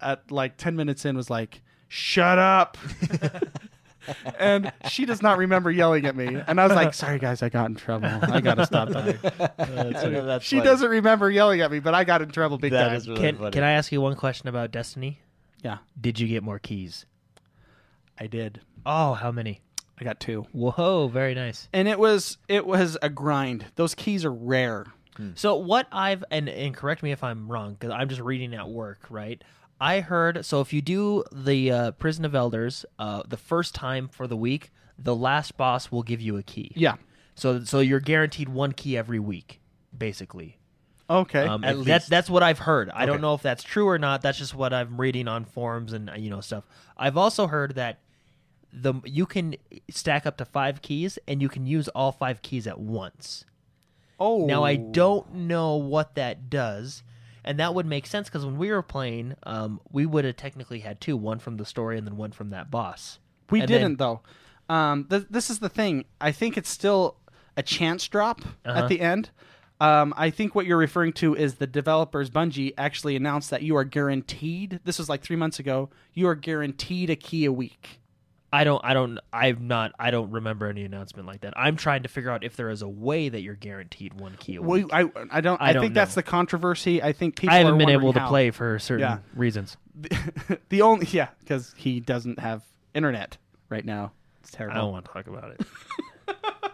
B: at like ten minutes in, was like, shut up and she does not remember yelling at me. And I was like, "Sorry guys, I got in trouble. I gotta stop that." she doesn't remember yelling at me, but I got in trouble big time.
C: Can, can I ask you one question about Destiny?
B: yeah,
C: Did you get more keys?
B: I did.
C: Oh, how many?
B: I got two,
C: Whoa, very nice.
B: and it was it was a grind. Those keys are rare.
C: So what I've and, and correct me if I'm wrong because I'm just reading at work, right? I heard so if you do the uh, Prison of Elders uh, the first time for the week, the last boss will give you a key.
B: Yeah.
C: So so you're guaranteed one key every week, basically.
B: Okay.
C: Um, and that's that's what I've heard. I don't know if that's true or not. That's just what I'm reading on forums and uh, you know stuff. I've also heard that the you can stack up to five keys and you can use all five keys at once.
B: oh,
C: Now I don't know what that does, and that would make sense because when we were playing, um, we would have technically had two: one from the story and then one from that boss.
B: We
C: And then-
B: didn't though. Um, th- this is the thing. I think it's still a chance drop
C: Uh-huh.
B: at the end. Um, I think what you're referring to is the developers Bungie actually announced that you are guaranteed. This was like three months ago. You are guaranteed a key a week.
C: I don't. I don't. I'm not. I don't remember any announcement like that. I'm trying to figure out if there is a way that you're guaranteed one key. A week.
B: Well, I, I don't. I,
C: I don't
B: think that's
C: know.
B: the controversy. I think people.
C: I haven't
B: are
C: been
B: wondering
C: able to
B: how.
C: play for certain
B: Yeah.
C: reasons.
B: the only yeah, because he doesn't have internet right now. It's
C: I
B: terrible.
C: don't want to talk about it.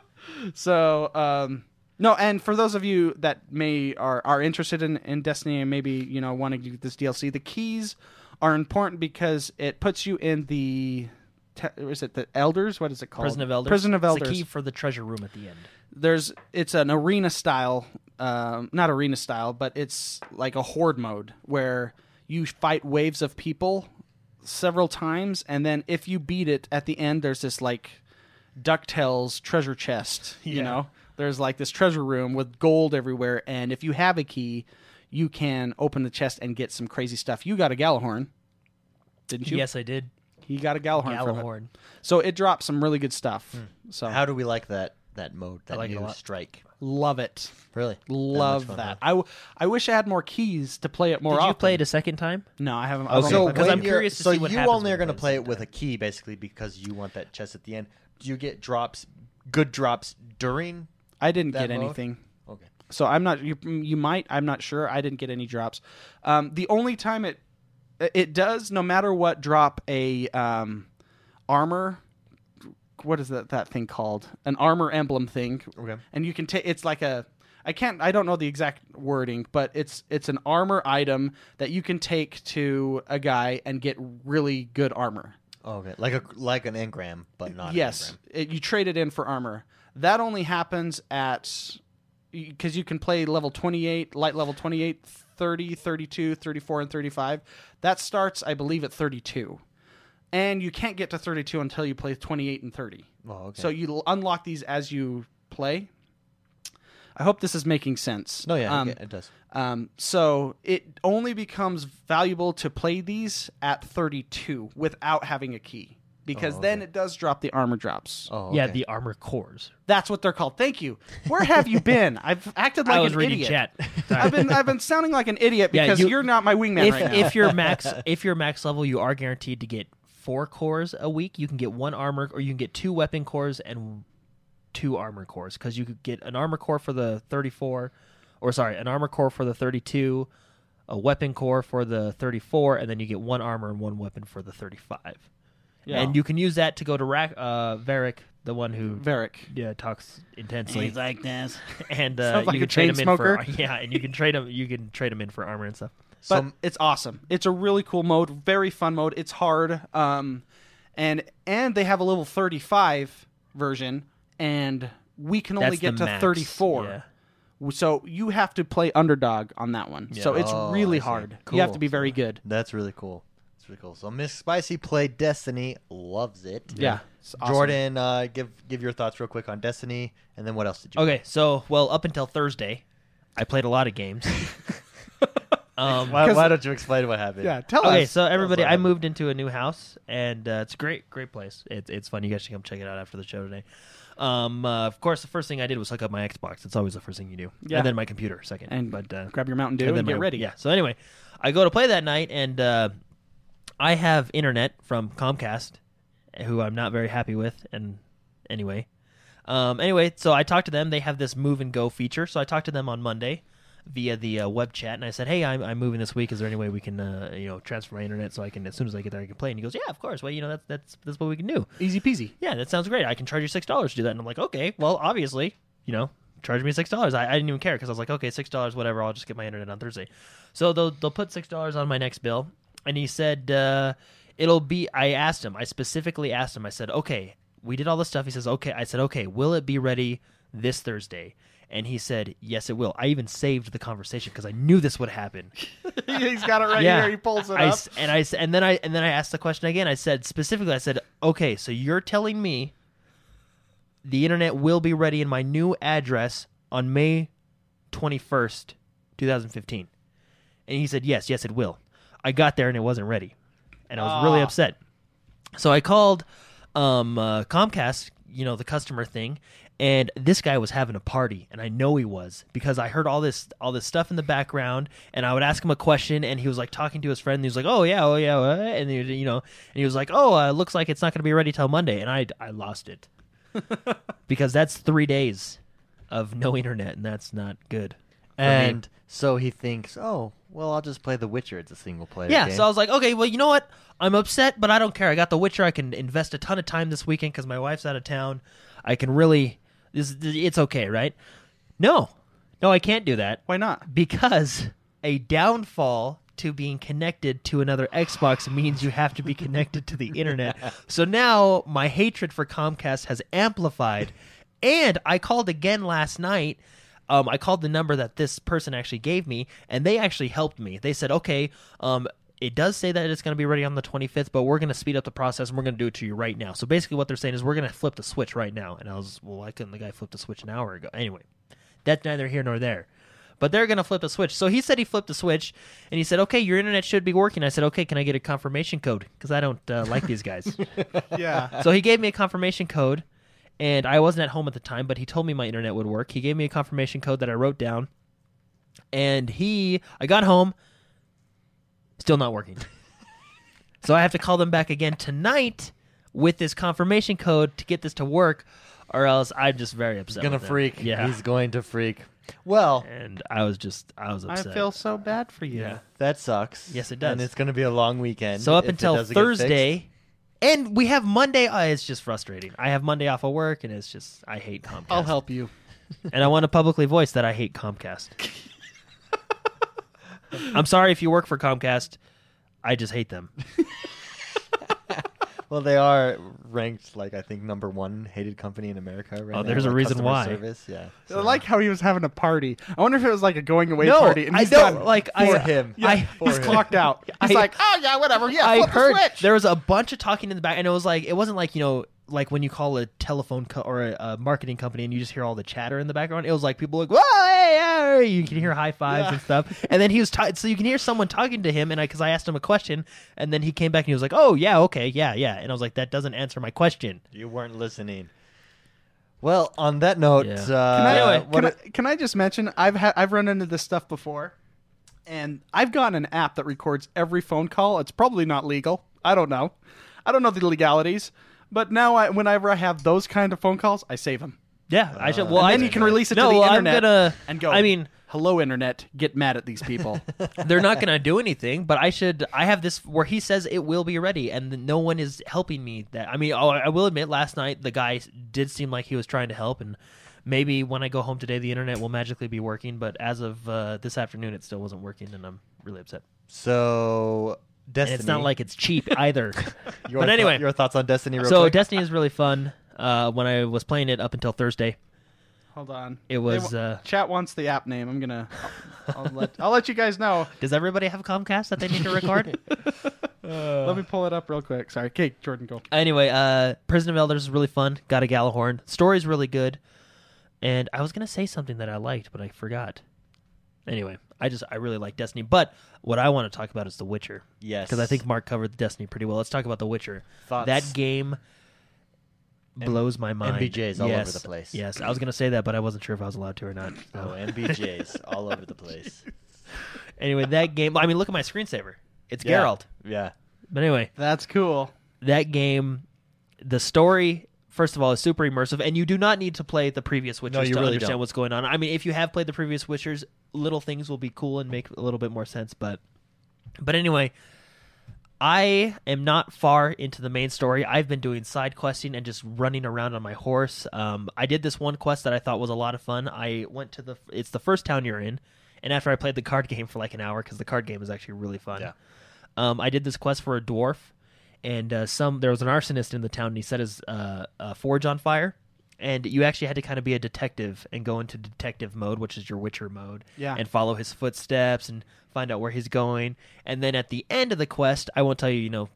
B: So um, no, and for those of you that may are are interested in, in Destiny and maybe you know wanting to get this DLC, the keys are important because it puts you in the te- is it the elders? What is it called?
C: Prison of Elders.
B: Prison of
C: It's
B: elders.
C: the key for the treasure room at the end.
B: There's it's an arena style, um, not arena style, but it's like a horde mode where you fight waves of people several times, and then if you beat it at the end, there's this like Ducktales treasure chest. You know, there's like this treasure room with gold everywhere, and if you have a key, you can open the chest and get some crazy stuff. You got a Galahorn, didn't you?
C: Yes, I did.
B: he got a Galahorn. from it.
C: Galahorn. Hmm.
B: So it dropped some really good stuff. So
A: How do we like that that mode? That
C: like it a
A: new
C: lot.
A: strike.
B: love it.
A: Really
B: Love
A: much fun,
B: that. I, w- I wish I had more keys to play it more
C: Did
B: often.
C: you play it a second time?
B: No, I haven't.
A: Oh,
B: I've
A: so
B: only played
A: when
B: it
C: I'm
A: you're-
B: once.
C: curious to
A: so
C: see what
A: you
C: happens
A: only are
C: when
A: going to
C: it
A: play it
C: plays
A: with a key, basically, because you want that chest at the end. Do you get drops, good drops during?
B: I didn't
A: that
B: get
A: mode?
B: anything.
A: Okay.
B: So I'm not. You, you might. I'm not sure. I didn't get any drops. Um, the only time it it does, no matter what, drop a um, armor. What is that that thing called? An armor emblem thing.
A: Okay.
B: And you can take. It's like a. I can't. I don't know the exact wording, but it's it's an armor item that you can take to a guy and get really good armor.
A: Oh, okay. Like a like an engram, but not.
B: yes
A: An
B: it, you trade it in for armor that only happens at because you can play level 28 light level 28 30 32 34 and 35 that starts i believe at 32 and you can't get to 32 until you play 28 and 30
A: engram. Oh, okay.
B: so you l- unlock these as you play i hope this is making sense
A: no, yeah, I
B: Um,
A: get- it does.
B: um, so it only becomes valuable to play these at 32 without having a key because then it does drop the armor drops.
A: Oh,
C: Yeah,
A: okay.
C: the armor cores.
B: That's what they're called. Thank you. Where have you been? I've acted like
C: I was
B: an
C: reading
B: idiot.
C: chat. Sorry.
B: I've been I've been sounding like an idiot
C: Yeah,
B: because
C: you-
B: you, are not my wingman
C: if
B: right now.
C: if you're max if you're max level, you are guaranteed to get four cores a week. You can get one armor, or you can get two weapon cores and two armor cores because you could get an armor core for the 34, or sorry, an armor core for the 32, a weapon core for the 34, and then you get one armor and one weapon for the 35.
B: Yeah.
C: And you can use that to go to Rack, uh, Varric, the one who
B: Varric.
C: yeah talks intensely
J: like this.
C: and uh,
K: Sounds like
C: you
K: a
C: can trade
K: chain
C: him in
K: smoker.
C: for yeah, and you can trade him. You can trade him in for armor and stuff.
B: but it's awesome. It's a really cool mode, very fun mode. It's hard, um, and and they have a level thirty five version, and we can only
C: That's
B: get
C: the
B: to
C: max,
B: thirty four.
C: yeah.
B: So you have to play underdog on that one. So it's
A: Oh,
B: really
A: I see.
B: hard. You have
A: Cool.
B: to be very good.
A: That's really cool. That's really cool. So Miss Spicy played Destiny, loves it.
B: Yeah. It's awesome.
A: Jordan, uh, give give your thoughts real quick on Destiny, and then what else did you?
C: Okay, so well, up until Thursday, I played a lot of games. um,
A: Why, why don't you explain what happened?
K: Yeah, tell
C: okay,
K: us.
C: so everybody,
A: That's
C: I
A: what
C: moved into a new house, and uh, it's a great, great place. It's it's fun. You guys should come check it out after the show today. Um, uh, of course, the first thing I did was hook up my Xbox. It's always the first thing you do,
B: Yeah.
C: and then my computer second.
B: and
C: but uh,
B: grab your Mountain Dew
C: and
B: and,
C: then
B: get
C: my-
B: ready.
C: Yeah. So anyway, I go to play that night, and uh, I have internet from Comcast, who I'm not very happy with. And anyway, um, anyway, so I talked to them. They have this move and go feature. So I talked to them on Monday via the uh, web chat, and I said, "Hey, I'm, I'm moving this week. Is there any way we can, uh, you know, transfer my internet so I can, as soon as I get there, I can play?" And he goes, "Yeah, of course. Well, you know, that's that's that's what we can do."
B: Easy peasy.
C: yeah, that sounds great. I can charge you six dollars to do that. And I'm like, okay, well, obviously, you know, charge me six dollars. I, I didn't even care because I was like, okay, six dollars, whatever. I'll just get my internet on Thursday. So they'll they'll put six dollars on my next bill. And he said, uh, it'll be. I asked him. I specifically asked him. I said, okay, we did all this stuff. He says, okay. I said, okay, will it be ready this Thursday? And he said, yes, it will. I even saved the conversation because I knew this would happen.
K: He's got it right here. He pulls it
C: I
K: up.
C: s- and I s- and then I and then I asked the question again. I said specifically, I said, "Okay, so you're telling me the internet will be ready in my new address on May 21st, 2015." And he said, "Yes, yes, it will." I got there and it wasn't ready, and I was really upset. So I called um, uh, Comcast, you know, the customer thing, and this guy was having a party, and I know he was because I heard all this all this stuff in the background, and I would ask him a question, and he was like talking to his friend, and he was like, "Oh yeah, oh yeah," uh," and he, you know, and he was like, "Oh, uh, looks like it's not going to be ready till Monday," and I I lost it because that's three days of no internet, and that's not good. for me.
A: And so he thinks, oh, well, I'll just play The Witcher. It's a single player.
C: Yeah,
A: game.
C: so I was like, okay, well, you know what? I'm upset, but I don't care. I got The Witcher. I can invest a ton of time this weekend because my wife's out of town. I can really, this, it's okay, right? No, no, I can't do that
B: Why not?
C: because a downfall to being connected to another Xbox means you have to be connected to the internet. So now my hatred for Comcast has amplified. And I called again last night. Um, I called the number that this person actually gave me, and they actually helped me. They said, okay, um, it does say that it's going to be ready on the 25th, but we're going to speed up the process and we're going to do it to you right now. So basically, what they're saying is we're going to flip the switch right now. And I was, well, why couldn't the guy flip the switch an hour ago? Anyway, that's neither here nor there. But they're going to flip a switch. So he said he flipped the switch and he said, okay, your internet should be working. I said, okay, can I get a confirmation code? Because I don't uh, like these guys.
K: yeah.
C: so he gave me a confirmation code and I wasn't at home at the time, but he told me my internet would work. He gave me a confirmation code that I wrote down and he, I got home, still not working. so I have to call them back again tonight with this confirmation code to get this to work or else I'm just very upset.
A: gonna
C: with them.
A: freak.
C: Yeah.
A: he's going to freak. Well,
C: and I was just, I was
B: I
C: upset.
B: feel so bad for you.
C: yeah.
A: that sucks.
C: Yes, it
A: And
C: does.
A: it's gonna be a long weekend.
C: So up
A: if it
C: until
A: doesn't get fixed.
C: Thursday, and we have Monday. Uh, it's just frustrating. I have Monday off of work, and it's just I hate Comcast.
B: I'll help you.
C: and I want to publicly voice that I hate Comcast. I'm sorry if you work for Comcast. I just hate them.
A: Well, they are ranked like I think number one hated company in America right now,
C: Oh, there's a
A: like,
C: reason
A: customer
C: why.
A: Service, yeah.
K: I like how he was having a party. I wonder if it was like a going away
C: No,
K: party. And
C: I
K: he's
C: don't
K: done.
C: like I,
A: For him.
C: I,
A: For
K: He's
A: him.
K: clocked out. He's
C: I-
K: like, oh yeah, whatever. Yeah,
C: I
K: flip
C: heard
K: the switch.
C: there was a bunch of talking in the back, and it was like it wasn't like you know like when you call a telephone co- or a, a marketing company and you just hear all the chatter in the background. It was like people like whoa, hey, hey," you can hear high fives and stuff, and then he was ta- so you can hear someone talking to him, and I because I asked him a question, and then he came back and he was like, oh yeah, okay, yeah, yeah, and I was like that doesn't answer my question.
A: You weren't listening. Well, on that note,
C: Yeah.
A: uh,
K: Can I,
A: what
K: can, I, can I just mention I've ha- I've run into this stuff before, and I've gotten an app that records every phone call. It's probably not legal. I don't know.
B: I don't know the legalities, but now I, whenever I have those kind of phone calls, I save them.
C: Yeah, I should. Well,
B: and
C: I,
B: then you can release it
C: no,
B: to the
C: well,
B: internet
C: I'm gonna,
B: and go.
C: I mean,
B: hello, internet. Get mad at these people.
C: they're not gonna do anything, but I should. I have this where he says it will be ready, and then no one is helping me. That I mean, oh, I will admit, last night the guy did seem like he was trying to help, and maybe when I go home today, the internet will magically be working. But as of uh, this afternoon, it still wasn't working, and I'm really upset.
A: So Destiny.
C: And it's not like it's cheap either.
A: your
C: but
A: thou-
C: anyway,
A: your thoughts on Destiny? Real
C: so
A: quick?
C: Destiny is really fun. Uh, when I was playing it up until Thursday,
B: Hold on.
C: It
B: They
C: was,
B: wa-
C: uh,
B: chat wants the app name. I'm gonna. I'll, I'll let I'll let you guys know.
C: does everybody have Comcast that they need to record? Uh,
B: let me pull it up real quick. Sorry, okay, Jordan, go.
C: anyway, uh, Prison of Elders is really fun. Got a Galahorn. Story's really good. And I was gonna say something that I liked, but I forgot. Anyway, I just I really like Destiny, but what I want to talk about is The Witcher
A: yes,
C: because I think Mark covered Destiny pretty well. Let's talk about The Witcher.
A: Thoughts?
C: That game blows my mind.
A: MBJs all over
C: Yes,
A: the place.
C: Yes, I was gonna say that, but I wasn't sure if I was allowed to or not.
A: oh, MBJs all over the place.
C: anyway, that game. I mean, look at my screensaver. It's
A: Yeah.
C: Geralt.
A: Yeah,
C: But anyway,
B: That's cool.
C: that game, the story, first of all, is super immersive, and you do not need to play the previous Witchers
A: No, you
C: to
A: really
C: understand
A: don't.
C: what's going on. I mean, if you have played the previous Witchers, little things will be cool and make a little bit more sense. But, but anyway, I am not far into the main story. I've been doing side questing and just running around on my horse. Um, I did this one quest that I thought was a lot of fun. I went to the it's the first town you're in, and after I played the card game for like an hour because the card game is actually really fun. Yeah. Um, I did this quest for a dwarf, and uh, some there was an arsonist in the town, and he set his uh, uh, forge on fire. And you actually had to kind of be a detective and go into detective mode, which is your Witcher mode,
B: Yeah.
C: and follow his footsteps and find out where he's going. And then at the end of the quest, I won't tell you, you know,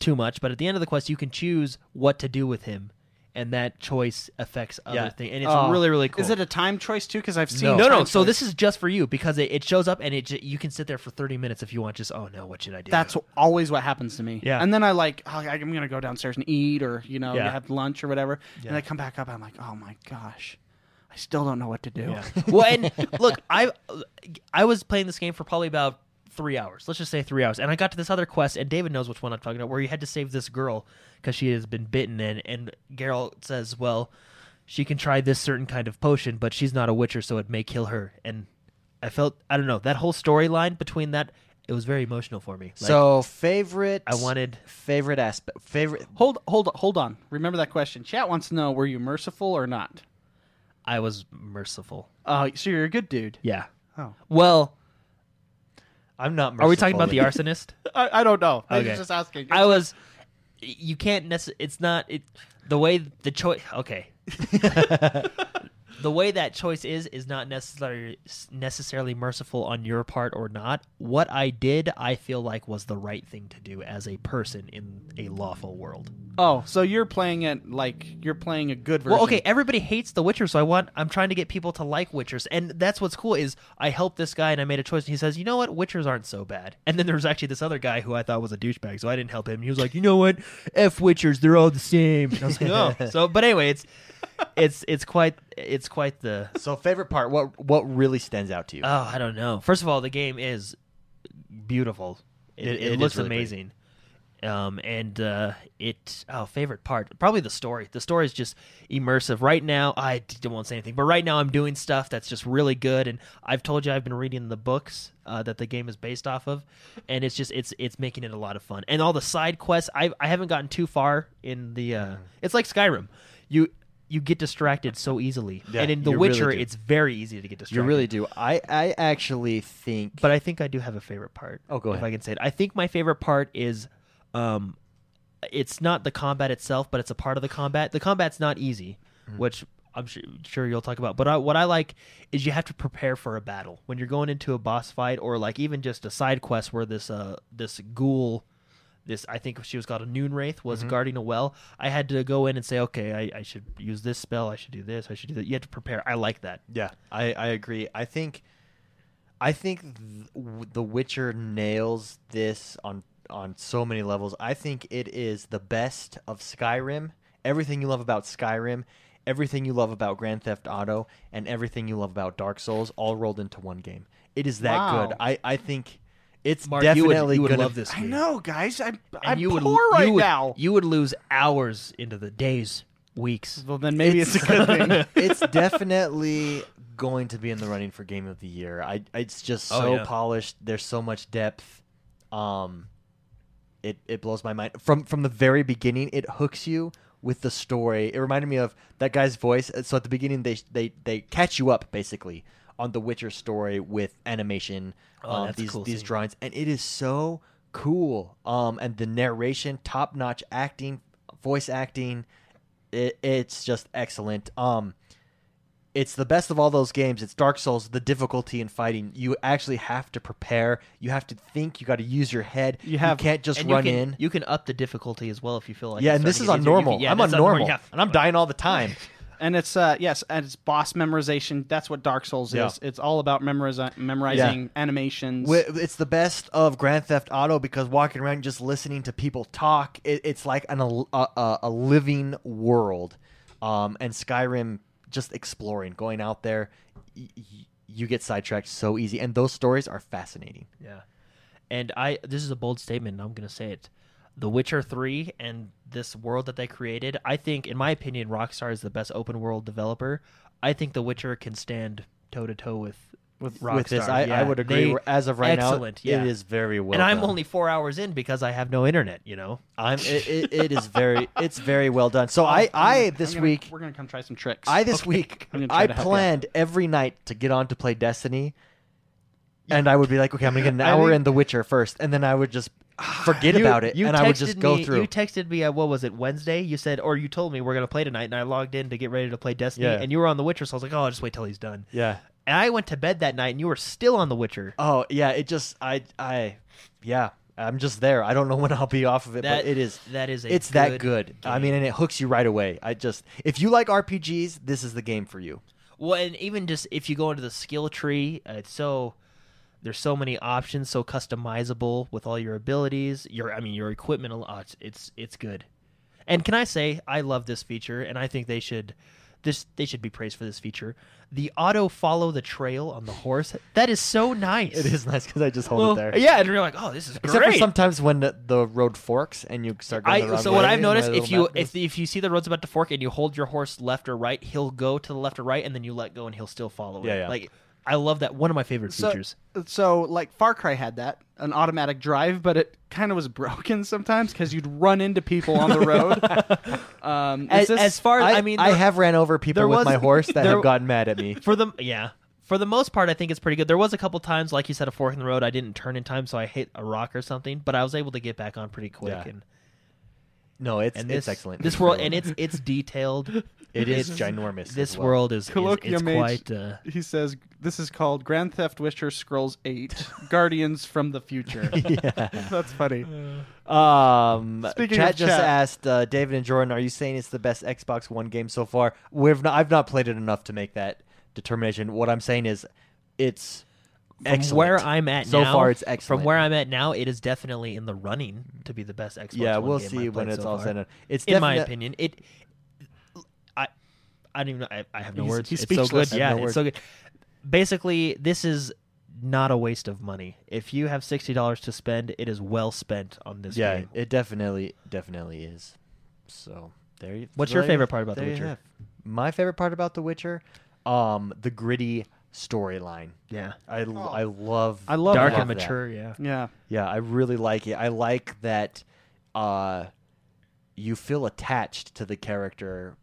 C: too much, but at the end of the quest, you can choose what to do with him, and that choice affects other
A: Yeah.
C: things. And it's really, really cool.
B: Oh. Is it a time choice too? Because I've seen
C: no, no.
B: time
C: So
B: choice.
C: this is just for you because it, it shows up and it j- you can sit there for thirty minutes if you want. Just oh no, what should I do?
B: That's always what happens to me.
C: Yeah.
B: And then I like, oh, I'm gonna go downstairs and eat, or you know,
C: Yeah.
B: have lunch or whatever. And I come back up, I'm like, oh my gosh, I still don't know what to do.
C: well, and look, I I was playing this game for probably about three hours. Let's just say three hours, and I got to this other quest, and David knows which one I'm talking about, where you had to save this girl because she has been bitten, and and Geralt says, well, she can try this certain kind of potion, but she's not a witcher, so it may kill her. And I felt I don't know that whole storyline between that it was very emotional for me. Like,
A: so favorite.
C: I wanted
A: favorite aspect. Favorite.
B: Hold, hold, hold on. Remember that question. Chat wants to know: Were you merciful or not?
C: I was merciful.
B: Oh, so you're a good dude.
C: Yeah.
B: Oh.
C: Well,
A: I'm not.
C: are we talking about the
A: merciful.
C: arsonist?
B: I, I don't know. I
C: Okay.
B: was just asking.
C: I was. You can't necess. It's not. It the way the choice. Okay. the way that choice is is not necessarily necessarily merciful on your part or not. What I did, I feel like, was the right thing to do as a person in a lawful world.
B: Oh, so you're playing it like you're playing a good version.
C: Well, okay, everybody hates The Witcher, so I want I'm trying to get people to like Witchers, and that's what's cool is I helped this guy and I made a choice, and he says, you know what, Witchers aren't so bad. And then there was actually this other guy who I thought was a douchebag, so I didn't help him. He was like, you know what, f Witchers, they're all the same. And I was like, oh, so but anyway, it's it's it's quite it's quite the
A: So favorite part. What what really stands out to you?
C: oh I don't know. First of all, the game is beautiful.
A: It-
C: It, it,
A: it is
C: looks
A: really pretty.
C: amazing. Um, and uh, it oh favorite part probably the story. The story is just immersive. Right now, I d- won't say anything, but right now I'm doing stuff that's just really good. And I've told you I've been reading the books uh, that the game is based off of, and it's just it's it's making it a lot of fun. And all the side quests, I I haven't gotten too far in the. Uh,
A: Mm-hmm.
C: It's like Skyrim, you you get distracted so easily,
A: Yeah,
C: and in The
A: you really
C: Witcher,
A: do.
C: it's very easy to get distracted.
A: you really do. I I actually think.
C: But I think I do have a favorite part.
A: Oh, go
C: If
A: ahead.
C: I can say it, I think my favorite part is, um, it's not the combat itself, but it's a part of the combat. The combat's not easy,
A: Mm-hmm.
C: which I'm sure, sure you'll talk about. But I, what I like is you have to prepare for a battle when you're going into a boss fight or like even just a side quest where this uh this ghoul. This I think she was called a noon wraith was
A: Mm-hmm.
C: guarding a well. I had to go in and say, okay, I, I should use this spell. I should do this. I should do that. You have to prepare. I like that.
A: Yeah, I I agree. I think. I think th- w- The Witcher nails this on on so many levels. I think it is the best of Skyrim. Everything you love about Skyrim, everything you love about Grand Theft Auto, and everything you love about Dark Souls all rolled into one game. It is that
B: Wow.
A: good. I I think It's
C: Mark, you would-
A: definitely
C: you would
A: gonna,
C: love this.
K: I
C: week.
K: know, guys. I'm
C: And
K: I'm
C: you
K: poor
C: would,
K: right
C: you would,
K: now.
C: You would lose hours into the days, weeks.
B: Well, then maybe it's,
A: It's-
B: a good thing.
A: it's definitely going to be in the running for game of the year. I it's just
C: Oh,
A: so
C: yeah.
A: polished. There's so much depth. Um it it blows my mind. From from the very beginning, it hooks you with the story. It reminded me of that guy's voice. So at the beginning they they they catch you up basically on the Witcher story with animation
C: Oh,
A: um,
C: that's a
A: these
C: cool
A: these
C: scene.
A: drawings and it is so cool. Um and the narration, top-notch acting, voice acting, it, it's just excellent. Um, it's the best of all those games. It's Dark Souls. The difficulty in fighting, you actually have to prepare. You have to think. You got to use your head.
B: You have-
A: can't just
C: And
A: run
C: you can,
A: in.
C: You can up the difficulty as well if you feel like.
A: yeah,
C: it's
A: and this
C: starting
A: is
C: to
A: on
C: get easier. You
A: normal.
C: can- yeah,
A: I'm on
C: that's
A: normal,
C: yeah.
A: and I'm dying all the time.
B: and it's uh yes, and it's boss memorization. That's what Dark Souls
A: Yeah.
B: is. It's all about memorizi- memorizing animations.
A: Wi- It's the best of Grand Theft Auto because walking around and just listening to people talk, it, it's like an al- a, a, a living world. Um, and Skyrim, just exploring, going out there, y- y- you get sidetracked so easy. And those stories are fascinating.
C: Yeah. And I this is a bold statement and I'm going to say it. The Witcher 3 and this world that they created, I think in my opinion Rockstar is the best open world developer. I think The Witcher can stand toe to toe with with Rockstar.
A: with this, I, I
C: Yeah,
A: would agree.
C: they-
A: as of right
C: excellent,
A: now,
C: yeah.
A: it is very well.
C: and I'm
A: done.
C: only 4 hours in because I have no internet, you know.
A: I'm. It, it, it is very. It's very well done.
C: Oh,
A: So I, I this
B: Um, I'm gonna-
A: week,
B: we're gonna come try some tricks.
A: I this week,
B: I'm gonna try
A: I
B: to help you.
A: planned every night to get on to play Destiny, and I would be like, okay, I'm gonna get an
B: I
A: hour
B: think-
A: in The Witcher first, and then I would just forget
C: You-
A: about it,
C: you
A: and I would just
C: texted
A: go
C: me-
A: through.
C: You texted me at what was it Wednesday? You said, or you told me we're gonna play tonight, and I logged in to get ready to play Destiny,
A: Yeah.
C: and you were on The Witcher, so I was like, oh, I'll just wait till he's done.
A: yeah.
C: And I went to bed that night, and you were still on The Witcher.
A: Oh yeah. It just I I yeah. I'm just there. I don't know when I'll be off of it,
C: That-
A: but it is
C: that is a
A: it's that good.
C: good
A: I mean, and it hooks you right away. I just if you like RPGs, this is the game for you.
C: Well, and even just if you go into the skill tree, uh, it's so there's so many options, so customizable with all your abilities. Your, I mean, your equipment. a lot. It's it's good. And can I say I love this feature, and I think they should this they should be praised for this feature. The auto follow the trail on the horse that is so nice.
A: It is nice because I just hold
C: Well,
A: it there.
C: Yeah, and you're like, oh, this is
A: Except
C: great.
A: for sometimes when the, the road forks and you start going the
C: I,
A: wrong
C: so what
A: way
C: I've
A: and my
C: noticed, if
A: little
C: you
A: map
C: if,
A: goes-
C: if you see the road's about to fork and you hold your horse left or right, he'll go to the left or right, and then you let go, and he'll still follow it.
A: Yeah, yeah.
C: Like I love that. One of my favorite
B: so,
C: features.
B: so like Far Cry had that an automatic drive, but it kind of was broken sometimes because you'd run into people on the road. um, is
C: As,
B: this-
C: as far as I,
A: I,
C: mean,
A: I
C: there-
A: have ran over people
C: there
A: with
C: was-
A: my horse that
C: there-
A: have gotten mad at me.
C: for the yeah for the most part, I think it's pretty good. There was a couple times, like you said, a fork in the road. I didn't turn in time, so I hit a rock or something, but I was able to get back on pretty quick.
A: Yeah.
C: And,
A: No, it's
C: and
A: it's
C: this,
A: excellent.
C: This
A: It's
C: world
A: very
C: and
A: well
C: it's it's detailed.
A: done. it is ginormous. as
C: this
A: well.
C: world is, is it's
B: Colloquium Mage-
C: quite. Uh,
B: he says this is called Grand Theft Witcher Scrolls Eight: Guardians from the Future. That's funny.
C: Uh,
A: Um,
B: Speaking
A: chat
B: of
A: just
B: chat-
A: asked uh, David and Jordan, "Are you saying it's the best Xbox One game so far?" We've not, I've not played it enough to make that determination. What I'm saying is, it's
C: From
A: excellent.
C: where I'm at
A: so
C: now,
A: far, it's excellent.
C: From where I'm at now, it is definitely in the running to be the best Xbox.
A: yeah,
C: One
A: we'll
C: game
A: see
C: I've
A: when
C: played
A: it's
C: so
A: all
C: far.
A: said and it's
C: In my
A: definite-
C: opinion, it. I, I don't even. know. I, I have no
B: He's-
C: words.
B: he's
C: it's so
B: speechless.
C: good.
B: I have
C: Yeah,
A: no
C: it's
A: words.
C: so good. Basically, this is not a waste of money. If you have sixty dollars to spend, it is well spent on this
A: Yeah,
C: game.
A: it definitely definitely is. So there you.
C: What's your
A: there-
C: favorite part about The
A: there you
C: Witcher?
A: have. My favorite part about The Witcher, um, the gritty storyline.
C: yeah,
A: I, l- I love
B: I love
C: dark
B: that.
C: and
A: that.
C: mature. Yeah,
B: Yeah.
A: Yeah, I really like it. I like that uh you feel attached to the character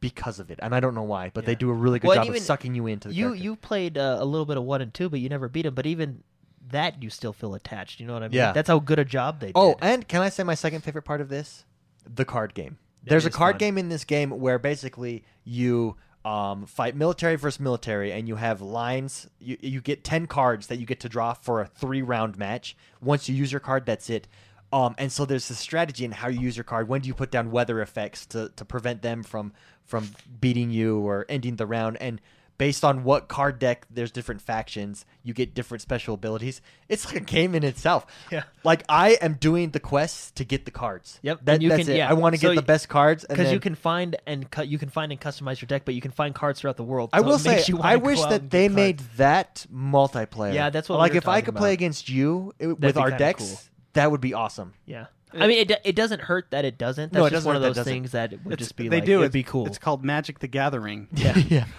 A: because of it. And I don't know why, but they do a really good
C: Well,
A: job
C: even
A: of sucking you into the
C: you
A: character.
C: you played uh, a little bit of one and two, but you never beat them. But even that, you still feel attached. You know what I mean?
A: Yeah.
C: that's how good a job they did.
A: Oh, and can I say my second favorite part of this? The card game. There's a
C: is
A: card
C: fun.
A: game in this game where basically you um, fight military versus military, and you have lines. You, you get 10 cards that you get to draw for a three round match. Once you use your card, that's it. Um, and so there's this strategy in how you use your card. When do you put down weather effects to, to prevent them from from beating you or ending the round? And based on what card deck there's different factions, you get different special abilities. It's like a game in itself.
J: Yeah.
A: Like I am doing the quests to get the cards.
J: Yep,
A: That,
J: and you
A: that's
J: can-
A: it.
J: yeah.
A: I want to
J: So
A: get the
J: y-
A: best cards and
J: because you
A: then-
J: can find and cu- you can find and customize your deck, but you can find cards throughout the world.
A: I
J: so it
A: will say,
J: makes you wanna
A: I
J: go
A: wish
J: out and
A: that
J: get
A: they
J: cards.
A: made that multiplayer.
J: Yeah, that's what we
A: like
J: were
A: if I
J: talking
A: could play
J: about.
A: against you it- with
J: be
A: our
J: kinda
A: decks,
J: cool.
A: that would be awesome.
J: Yeah, I mean, it, do- it doesn't hurt that it doesn't. That's
A: No, it
J: just
A: doesn't
J: one of
A: hurt that
J: those
A: doesn't.
J: things that it would
B: It's-
J: just be
B: they
J: like,
B: do.
J: It'd
B: It's-
J: be cool.
B: It's called Magic the Gathering.
A: yeah.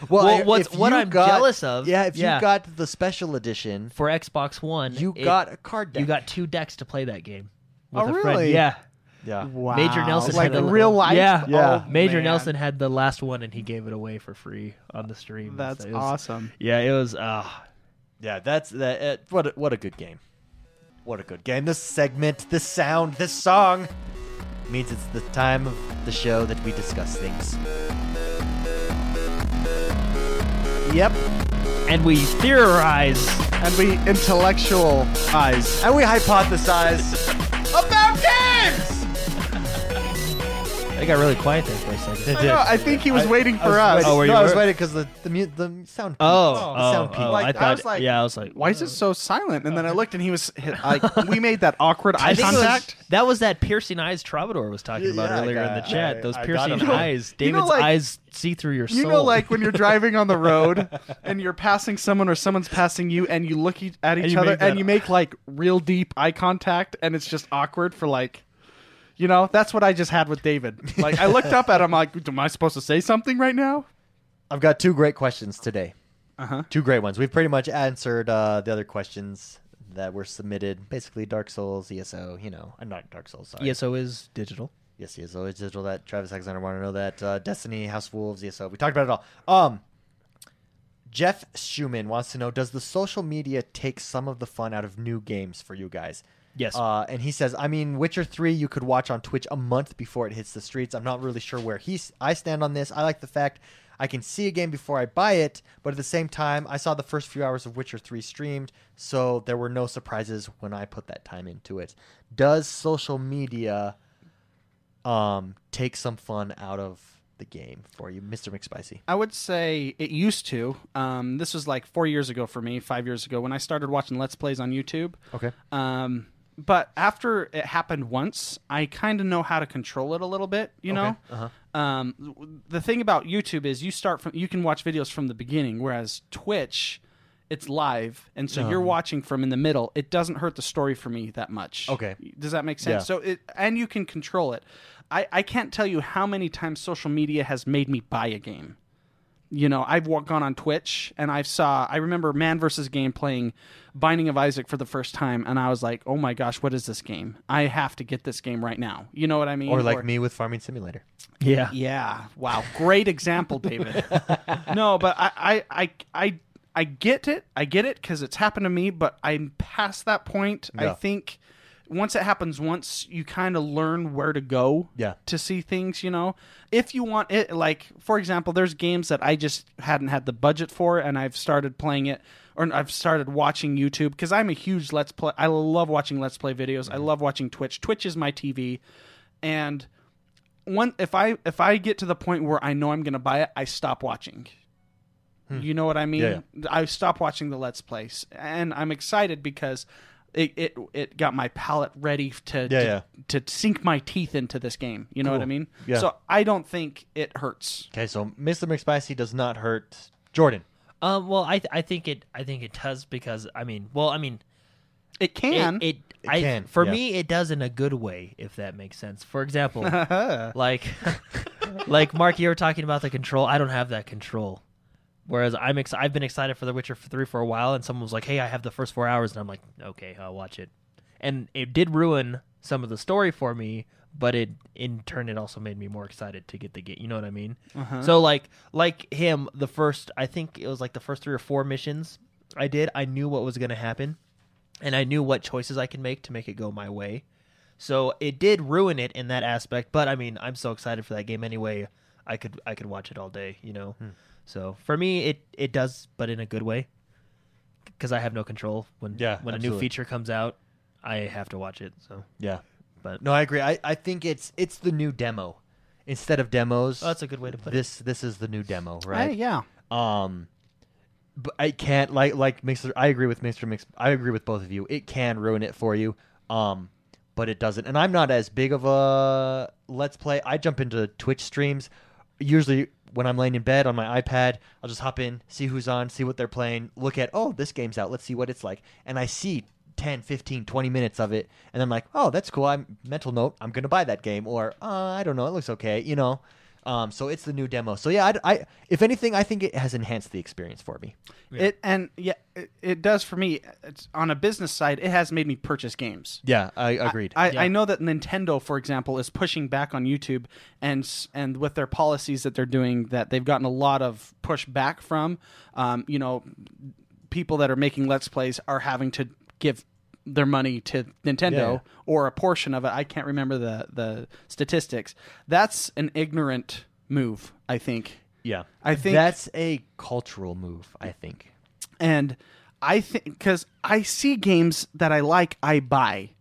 A: Well,
J: Well,
A: I-
J: what's-
A: if
J: what
A: you
J: I'm
A: got-
J: jealous of-
A: Yeah, if
J: yeah.
A: you got the special edition,
J: for Xbox One.
A: you
J: it-
A: got a card deck.
J: you got two decks to play that game. With
K: Oh,
J: a friend.
K: really?
J: Yeah,
A: yeah.
B: Wow.
J: Major Nelson
K: like
J: had a
K: in real life.
J: Yeah,
K: Oh,
J: Major
K: man.
J: Nelson had the last one, and he gave it away for free on the stream.
K: That's
J: It was-
K: awesome.
J: Yeah, it was. Uh,
A: Yeah, that's that. Uh, what a, what a good game. What a good game. This segment, this sound, this song means it's the time of the show that we discuss things.
K: Yep.
J: and we theorize.
K: And we intellectual eyes.
A: And we hypothesize about games.
J: I got really quiet there for a second.
K: I, know, I think he was waiting for
A: I
K: us.
A: was waiting-
J: Oh, were
A: no,
J: you
A: I was
J: were-
A: waiting because the the, mu- the sound.
J: Oh,
A: peaked.
J: oh,
A: the sound
J: oh,
A: peaked.
J: I
K: Like,
J: thought.
K: I was like-
J: yeah, I was like,
K: Why is it so silent? And then I looked, and he was. Like, we made that awkward eye
J: I think it was-
K: contact.
J: that was that piercing eyes Troubadour was talking about
A: Yeah, I
J: earlier in the
A: got-
J: chat.
A: I-
J: Those
A: I got
J: piercing
A: him.
J: eyes,
K: You know,
J: David's
K: like-
J: eyes see through your soul.
K: You know, like when you're driving on the road and you're passing someone or someone's passing you, and you look e- at each
J: you
K: other
J: make that-
K: and you make like real deep eye contact, and it's just awkward for like, you know, that's what I just had with David. Like, I looked up at him, like, am I supposed to say something right now?
A: I've got two great questions today.
K: Uh-huh.
A: Two great ones. We've pretty much answered uh, the other questions that were submitted. Basically, Dark Souls, ESO. You know, I'm not Dark Souls. Sorry.
J: ESO is digital.
A: Yes, ESO is digital. That Travis Alexander want to know that uh, Destiny, House of Wolves, ESO. We talked about it all. Um, Jeff Schumann wants to know: Does the social media take some of the fun out of new games for you guys?
J: Yes.
A: Uh, and he says, I mean, Witcher Three you could watch on Twitch a month before it hits the streets. I'm not really sure where he I stand on this. I like the fact I can see a game before I buy it, but at the same time, I saw the first few hours of Witcher Three streamed, so there were no surprises when I put that time into it. Does social media um take some fun out of the game for you, Mr. McSpicy?
B: I would say it used to. Um, this was like four years ago for me, five years ago when I started watching Let's Plays on YouTube.
A: Okay.
B: Um, but after it happened once, I kind of know how to control it a little bit. You know,
A: uh-huh.
B: um, w- the thing about YouTube is you start from you can watch videos from the beginning, whereas Twitch, it's live, and so
A: Uh-huh.
B: you're watching from in the middle. It doesn't hurt the story for me that much.
A: Okay.
B: does that make sense?
A: Yeah.
B: So it and you can control it. I, I can't tell you how many times social media has made me buy a game you know i've wa- gone on twitch and i saw i remember man versus game playing binding of isaac for the first time and i was like oh my gosh what is this game i have to get this game right now you know what i mean
A: Or like me with Farming Simulator.
J: Yeah.
B: yeah wow great example david no but i i i, I I get it. I get it because it's happened to me, but I'm past that point. I
A: Yeah.
B: think once it happens once, you kind of learn where to go
A: Yeah.
B: to see things, you know. If you want it like for example, there's games that I just hadn't had the budget for and I've started playing it or I've started watching YouTube because I'm a huge let's play I love watching let's play videos.
A: Mm-hmm.
B: I love watching Twitch. Twitch is my TV and one if I if I get to the point where I know I'm going to buy it, I stop watching. You know what I mean?
A: Hmm. Yeah,
B: I stopped watching the Let's Plays, and I'm excited because it it, it got my palate ready to
A: Yeah,
B: to, to sink my teeth into this game. You know what I mean?
A: Yeah.
B: So I don't think it hurts.
A: Okay, so Mr. McSpicy does not hurt Jordan.
C: Um, well, I th- I think it I think it does because I mean, well, I mean,
B: It can.
C: it, it,
A: It
C: I,
A: can,
C: for
A: yeah.
C: me it does in a good way if that makes sense for example like like mark you were talking about the control i don't have that control whereas i'm ex- i've been excited for the witcher 3 for a while and someone was like hey i have the first four hours and i'm like okay i'll watch it and it did ruin some of the story for me but it in turn it also made me more excited to get the game you know what i mean so like like him the first i think it was like the first three or four missions i did i knew what was going to happen and I knew what choices I can make to make it go my way. So it did ruin it in that aspect, but I mean, I'm so excited for that game anyway. I could I could watch it all day, you know.
A: Hmm.
C: So for me, it it does, but in a good way, because I have no control when
A: Yeah,
C: when a new
A: absolutely.
C: feature comes out, I have to watch it. So
A: Yeah.
C: But-
A: no, I agree. I, I think it's it's the new demo. Instead of demos,
C: Oh, that's a oh, good way to put it.
A: this this is the new demo,
B: Hey,
A: right?
B: yeah.
A: Um but I can't like like Mixer. I agree with Mixer Mix. I agree with both of you. It can ruin it for you, um, but it doesn't. And I'm not as big of a let's play. I jump into Twitch streams usually when I'm laying in bed on my iPad. I'll just hop in, see who's on, see what they're playing, look at oh this game's out. Let's see what it's like. And I see 10, 15, 20 minutes of it, and I'm like oh that's cool. I'm mental note. I'm gonna buy that game, or uh, I don't know. It looks okay, you know. Um, so it's the new demo. So yeah, I, I if anything, I think it has enhanced the experience for me.
B: It and yeah, it, it does for me. It's, on a business side, it has made me purchase games.
A: Yeah, I agreed.
B: I, I know that Nintendo, for example, is pushing back on YouTube, and s- and with their policies that they're doing, that they've gotten a lot of pushback from. Um, you know, people that are making Let's Plays are having to give their money to Nintendo
A: Yeah.
B: or a portion of it. I can't remember the the statistics. That's an ignorant move, I think.
A: yeah,
B: I think
A: that's a cultural move. I think.
B: and I think because I see games that I like, I buy.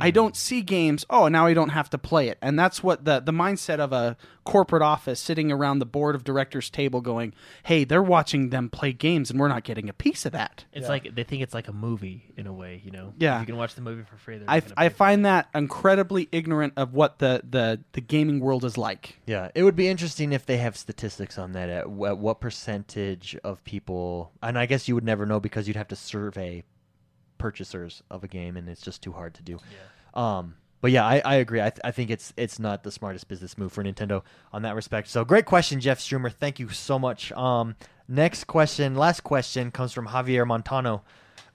B: I
C: Mm.
B: don't see games. Oh, now I don't have to play it, and that's what the the mindset of a corporate office sitting around the board of directors table, going, "Hey, they're watching them play games, and we're not getting a piece of that."
C: It's like they think it's like a movie in a way, you know.
B: Yeah.
C: If you can watch the movie for free. they're
B: I,
C: not gonna
B: I
C: pay for
B: find that incredibly ignorant of what the, the, the gaming world is like.
A: Yeah, it would be interesting if they have statistics on that. At, wh- at what percentage of people? And I guess you would never know because you'd have to survey purchasers of a game, and it's just too hard to do. Um, but yeah, I, I agree. I, th- I think it's it's not the smartest business move for Nintendo on that respect. So great question, Jeff Strumer. Thank you so much. Um, next question, last question comes from Javier Montano.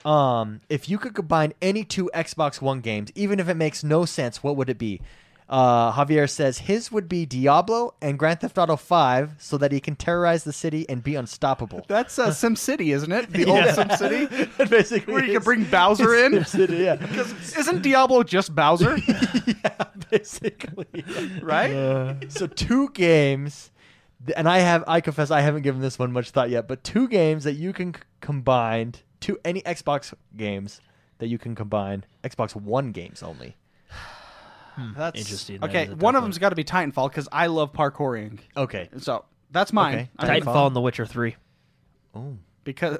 A: Um, if you could combine any two Xbox One games, even if it makes no sense, what would it be? Uh, Javier says his would be Diablo and Grand Theft Auto 5 so that he can terrorize the city and be unstoppable.
B: That's uh, SimCity, isn't it? The old SimCity,
A: basically
B: where you
A: is-
B: can bring Bowser in.
A: yeah.
B: Isn't Diablo just Bowser?
A: yeah, basically.
B: Right?
A: so two games, th- and I have I confess I haven't given this one much thought yet, but two games that you can c- combine to any Xbox games that you can combine Xbox One games only.
B: That's
C: Interesting. That
B: Okay,
C: is a
B: one
C: tough
B: of them's got to be Titanfall because I love parkouring.
A: Okay.
B: So that's mine.
A: Okay.
B: I
C: it.
B: mean,
C: Titanfall and The Witcher Three.
B: because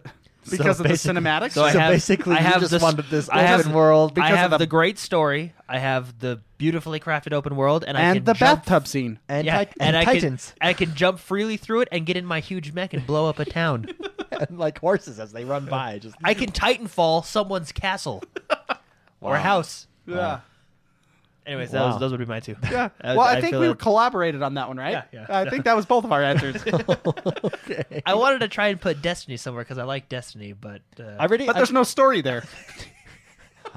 B: because of the
A: basic-
B: cinematics.
A: So,
C: I have-
A: basically,
C: I
A: you
C: have
A: just
C: this-
A: wanted this
C: I have-
A: open world.
C: I have the... great story. I have the beautifully crafted open world, and, I
B: and
C: can
B: the
C: jump...
B: bathtub scene.
A: and,
C: Yeah,
A: Tit- and,
C: I
A: Titans
C: Can, I can jump freely through it and get in my huge mech and blow up a town.
A: and like horses as they run by. Just
C: I can Titanfall someone's castle or house.
B: Yeah.
C: Anyways,
A: Wow.
C: that was, those would be my two.
B: Yeah.
C: I-
B: Well, I,
C: I
B: think
C: feel
B: we
C: that-
B: collaborated on that one, right?
C: Yeah,
B: I think that was both of our answers. but
A: okay.
C: I wanted to try and put Destiny somewhere because I like Destiny, but uh,
A: I already. I,
B: there's no story there.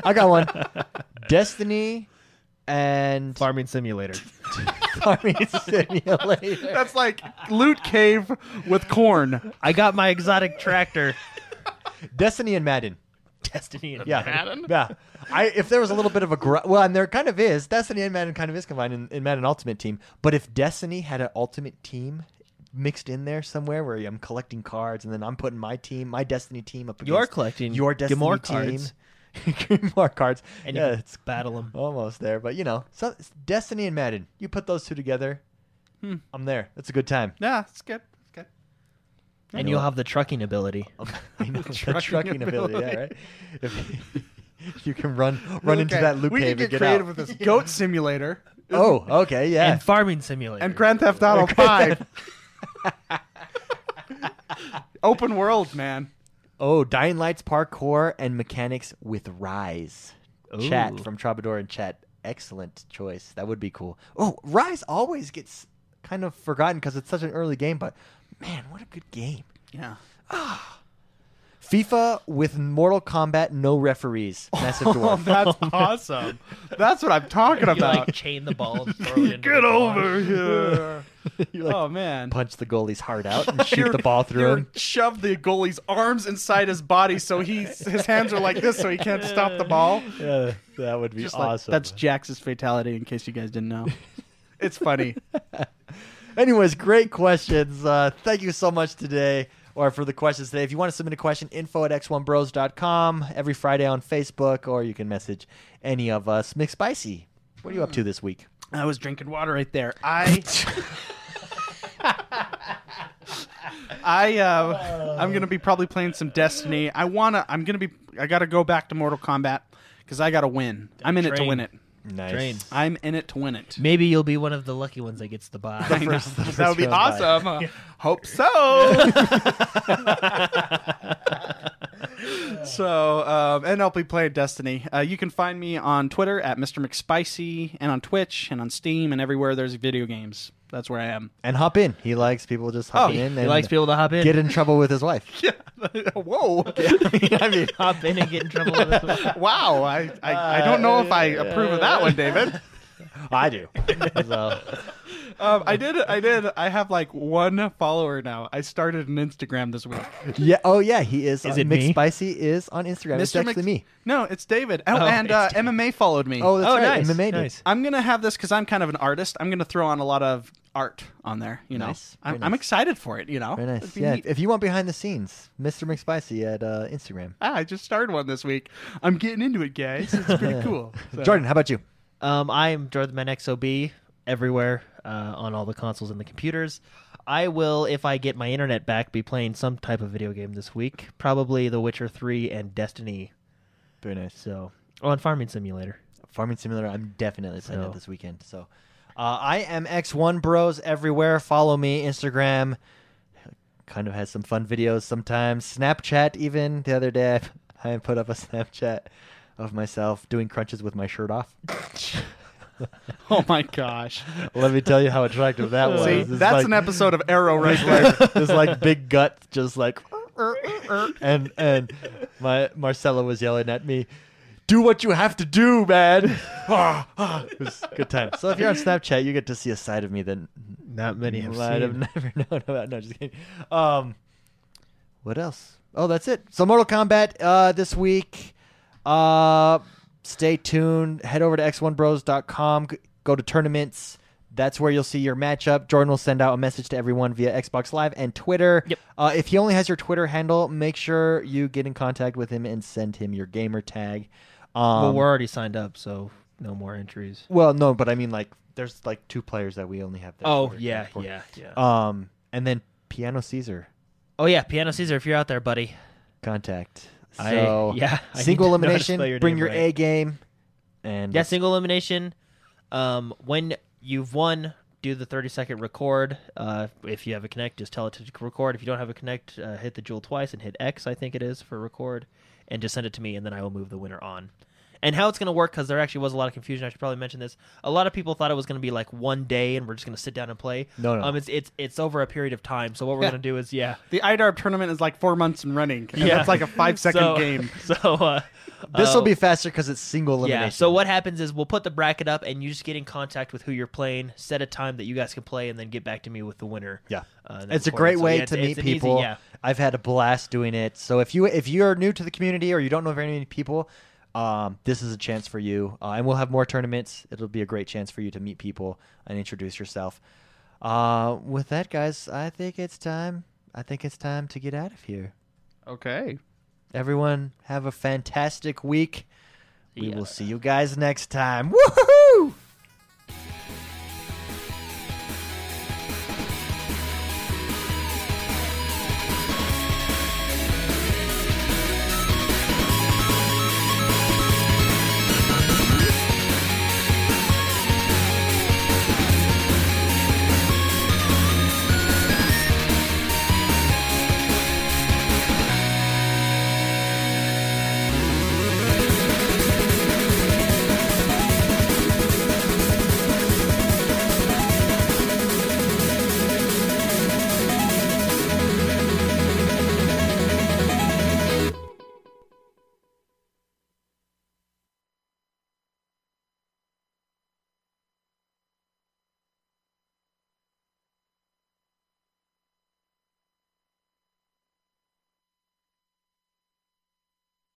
A: I got one. Destiny and
C: Farming Simulator.
A: Farming Simulator.
B: That's like loot cave with corn.
C: I got my exotic tractor.
A: Destiny and Madden.
C: Destiny and
A: Yeah, yeah. I if there was a little bit of a gr- well, and there kind of is. Destiny and Madden kind of is combined in, in Madden Ultimate Team. But if Destiny had an Ultimate Team mixed in there somewhere, where I'm collecting cards and then I'm putting my team, my Destiny team up against
C: You're collecting
A: your Destiny
C: Gamora
A: team,
C: cards.
A: Gamora cards.
C: and
A: yeah,
C: you
A: it's
C: it's battle them.
A: almost there, but you know, so it's Destiny and Madden. You put those two together,
B: Hmm.
A: I'm there. That's a good time.
B: Yeah, it's good. It's good.
C: And you'll have the trucking ability.
A: I know, the trucking, ability, yeah,
B: ability.
A: right? If, if you can run run into that loop
B: we
A: cave
B: can
A: and
B: get
A: get
B: creative
A: out.
B: with this goat simulator
A: Oh, okay, yeah.
C: And Farming Simulator.
B: and Grand Theft Auto Five. Open world, man.
A: Oh, Dying Lights parkour and mechanics with Rise. Chat
C: Ooh.
A: from Troubadour and Chat. Excellent choice. That would be cool. Oh, Rise always gets kind of forgotten because it's such an early game, but man, what a good game.
B: Yeah.
A: FIFA with Mortal Kombat, no referees. Massive dwarf.
B: That's awesome. That's what I'm talking
C: you
B: about.
C: like chain the ball and throw it into
B: Get
C: the
B: over here.
A: You, like,
B: oh man.
A: punch the goalie's heart out and shoot the
B: You're-
A: ball through
B: you're
A: him.
B: Shove the goalie's arms inside his body so he's his hands are like this so he can't stop the ball.
A: Yeah, that would be
B: Just like-
A: awesome.
B: that's Jax's fatality in case you guys didn't know. It's funny.
A: Anyways, great questions. Uh, thank you so much today or for the questions today. If you want to submit a question, info at x1bros.com every Friday on Facebook, or you can message any of us. McSpicy, what are you up to this week?
B: I was drinking water right there. I I uh, I'm gonna be probably playing some Destiny. I wanna. I'm gonna be. I gotta go back to Mortal Kombat because I gotta win. I'm in it to
C: train.
B: win it.
A: Nice.
C: Train.
B: I'm in it to win it.
C: Maybe you'll be one of the lucky ones that gets the buy.
B: I know. that would be
A: round by.
B: awesome. Uh, Hope so. so, um, and I'll be playing Destiny. Uh, you can find me on Twitter at Mr. McSpicy and on Twitch and on Steam and everywhere there's video games. That's where I am.
A: And hop in. He likes people just hopping in.
C: He
A: and
C: likes people to hop in.
A: Get in trouble with his wife.
B: Whoa.
C: I mean, hop in and get in trouble. With
B: Wow. I, I, I don't know if I approve of that one, David.
A: I do. So,
B: Um, I did. I did. I have like one follower now. I started an Instagram this week.
A: yeah. Oh yeah. He is.
C: Is
A: on,
C: it me?
A: McSpicy is on Instagram. It's actually
B: Mc-
A: me.
B: No, it's David. Oh, and uh, MMA followed me.
A: Oh, that's
C: Oh,
A: right.
C: nice,
A: MMA did.
C: nice.
B: I'm gonna have this because I'm kind of an artist. I'm gonna throw on a lot of art on there. You know,
A: Nice.
B: I'm,
A: Very
B: I'm
A: nice.
B: excited for it. You know,
A: Very
B: It'd
A: nice.
B: be
A: Yeah.
B: neat.
A: If you want behind the scenes, Mr. McSpicy at uh, Instagram.
B: Ah, I just started one this week. I'm getting into it, guys. It's pretty cool. So-
A: Jordan, how about you?
C: um, I'm Jordan Man XOB everywhere uh, on all the consoles and the computers. I will, if I get my internet back, be playing some type of video game this week. Probably The Witcher 3 and Destiny.
A: Very nice.
C: So, oh, and Farming Simulator.
A: Farming Simulator. I'm definitely playing
C: So-
A: that this weekend. So, uh, I am X1 Bros everywhere. Follow me Instagram. Kind of has some fun videos sometimes. Snapchat even the other day I, I put up a Snapchat of myself doing crunches with my shirt off.
B: oh my gosh.
A: Let me tell you how attractive that was.
B: See,
A: It's
B: that's
A: like-
B: an episode of Arrow right there.
A: like this like big gut just like "Er, er, er," and and my Marcella was yelling at me do what you have to do man Ah, ah. it was a good time so if you're on snapchat you get to see a side of me that
C: Not many have
A: i'd have
C: seen.
A: never known about no just kidding um what else oh that's it so mortal kombat uh this week uh stay tuned head over to x1bros.com g- go to tournaments that's where you'll see your matchup. Jordan will send out a message to everyone via Xbox Live and Twitter. Yep. Uh, if he only has your Twitter handle, make sure you get in contact with him and send him your gamer tag. Um,
C: well, we're already signed up, so no more entries.
A: well, no, but I mean, like, there's like two players that we only have. That
C: Oh,
A: Twitter
C: yeah,
A: tag for.
C: yeah, yeah.
A: Um, and then Piano Caesar
C: oh, yeah, Piano Caesar, if you're out there, buddy.
A: contact.
C: I-
A: So
C: yeah, I need to know
A: single
C: how to
A: elimination.
C: spell your
A: bring
C: name
A: your
C: right.
A: A game. And
C: Yeah, single elimination. Um, when you've won, do the 30 second record. Uh, if you have a connect, just tell it to record. If you don't have a connect, uh, hit the jewel twice and hit X, I think it is, for record, and just send it to me, and then I will move the winner on. And how it's going to work, because there actually was a lot of confusion. I should probably mention this. A lot of people thought it was going to be like one day, and we're just going to sit down and play.
A: No, no.
C: Um, it's it's it's over a period of time. So what we're going to do is, yeah,
B: The IDARB tournament is like four months in running. And
C: Yeah.
B: That's like a five second
C: So-
B: game.
C: So uh,
A: this will
C: uh,
A: be faster because it's single elimination.
C: Yeah. So what happens is we'll put the bracket up, and you just get in contact with who you're playing, set a time that you guys can play, and then get back to me with the winner.
A: Yeah.
C: Uh, and then
A: it's a
C: record it.
A: great
C: So,
A: way
C: yeah, it's-
A: to
C: it's
A: meet
C: an easy-
A: people.
C: yeah.
A: I've had a blast doing it. So if you if you're new to the community or you don't know very many people, um, this is a chance for you. Uh, and we'll have more tournaments. It'll be a great chance for you to meet people and introduce yourself. Uh, with that, guys, I think it's time. I think it's time to get out of here.
B: Okay.
A: Everyone, have a fantastic week. We will see you guys next time. Woohoo!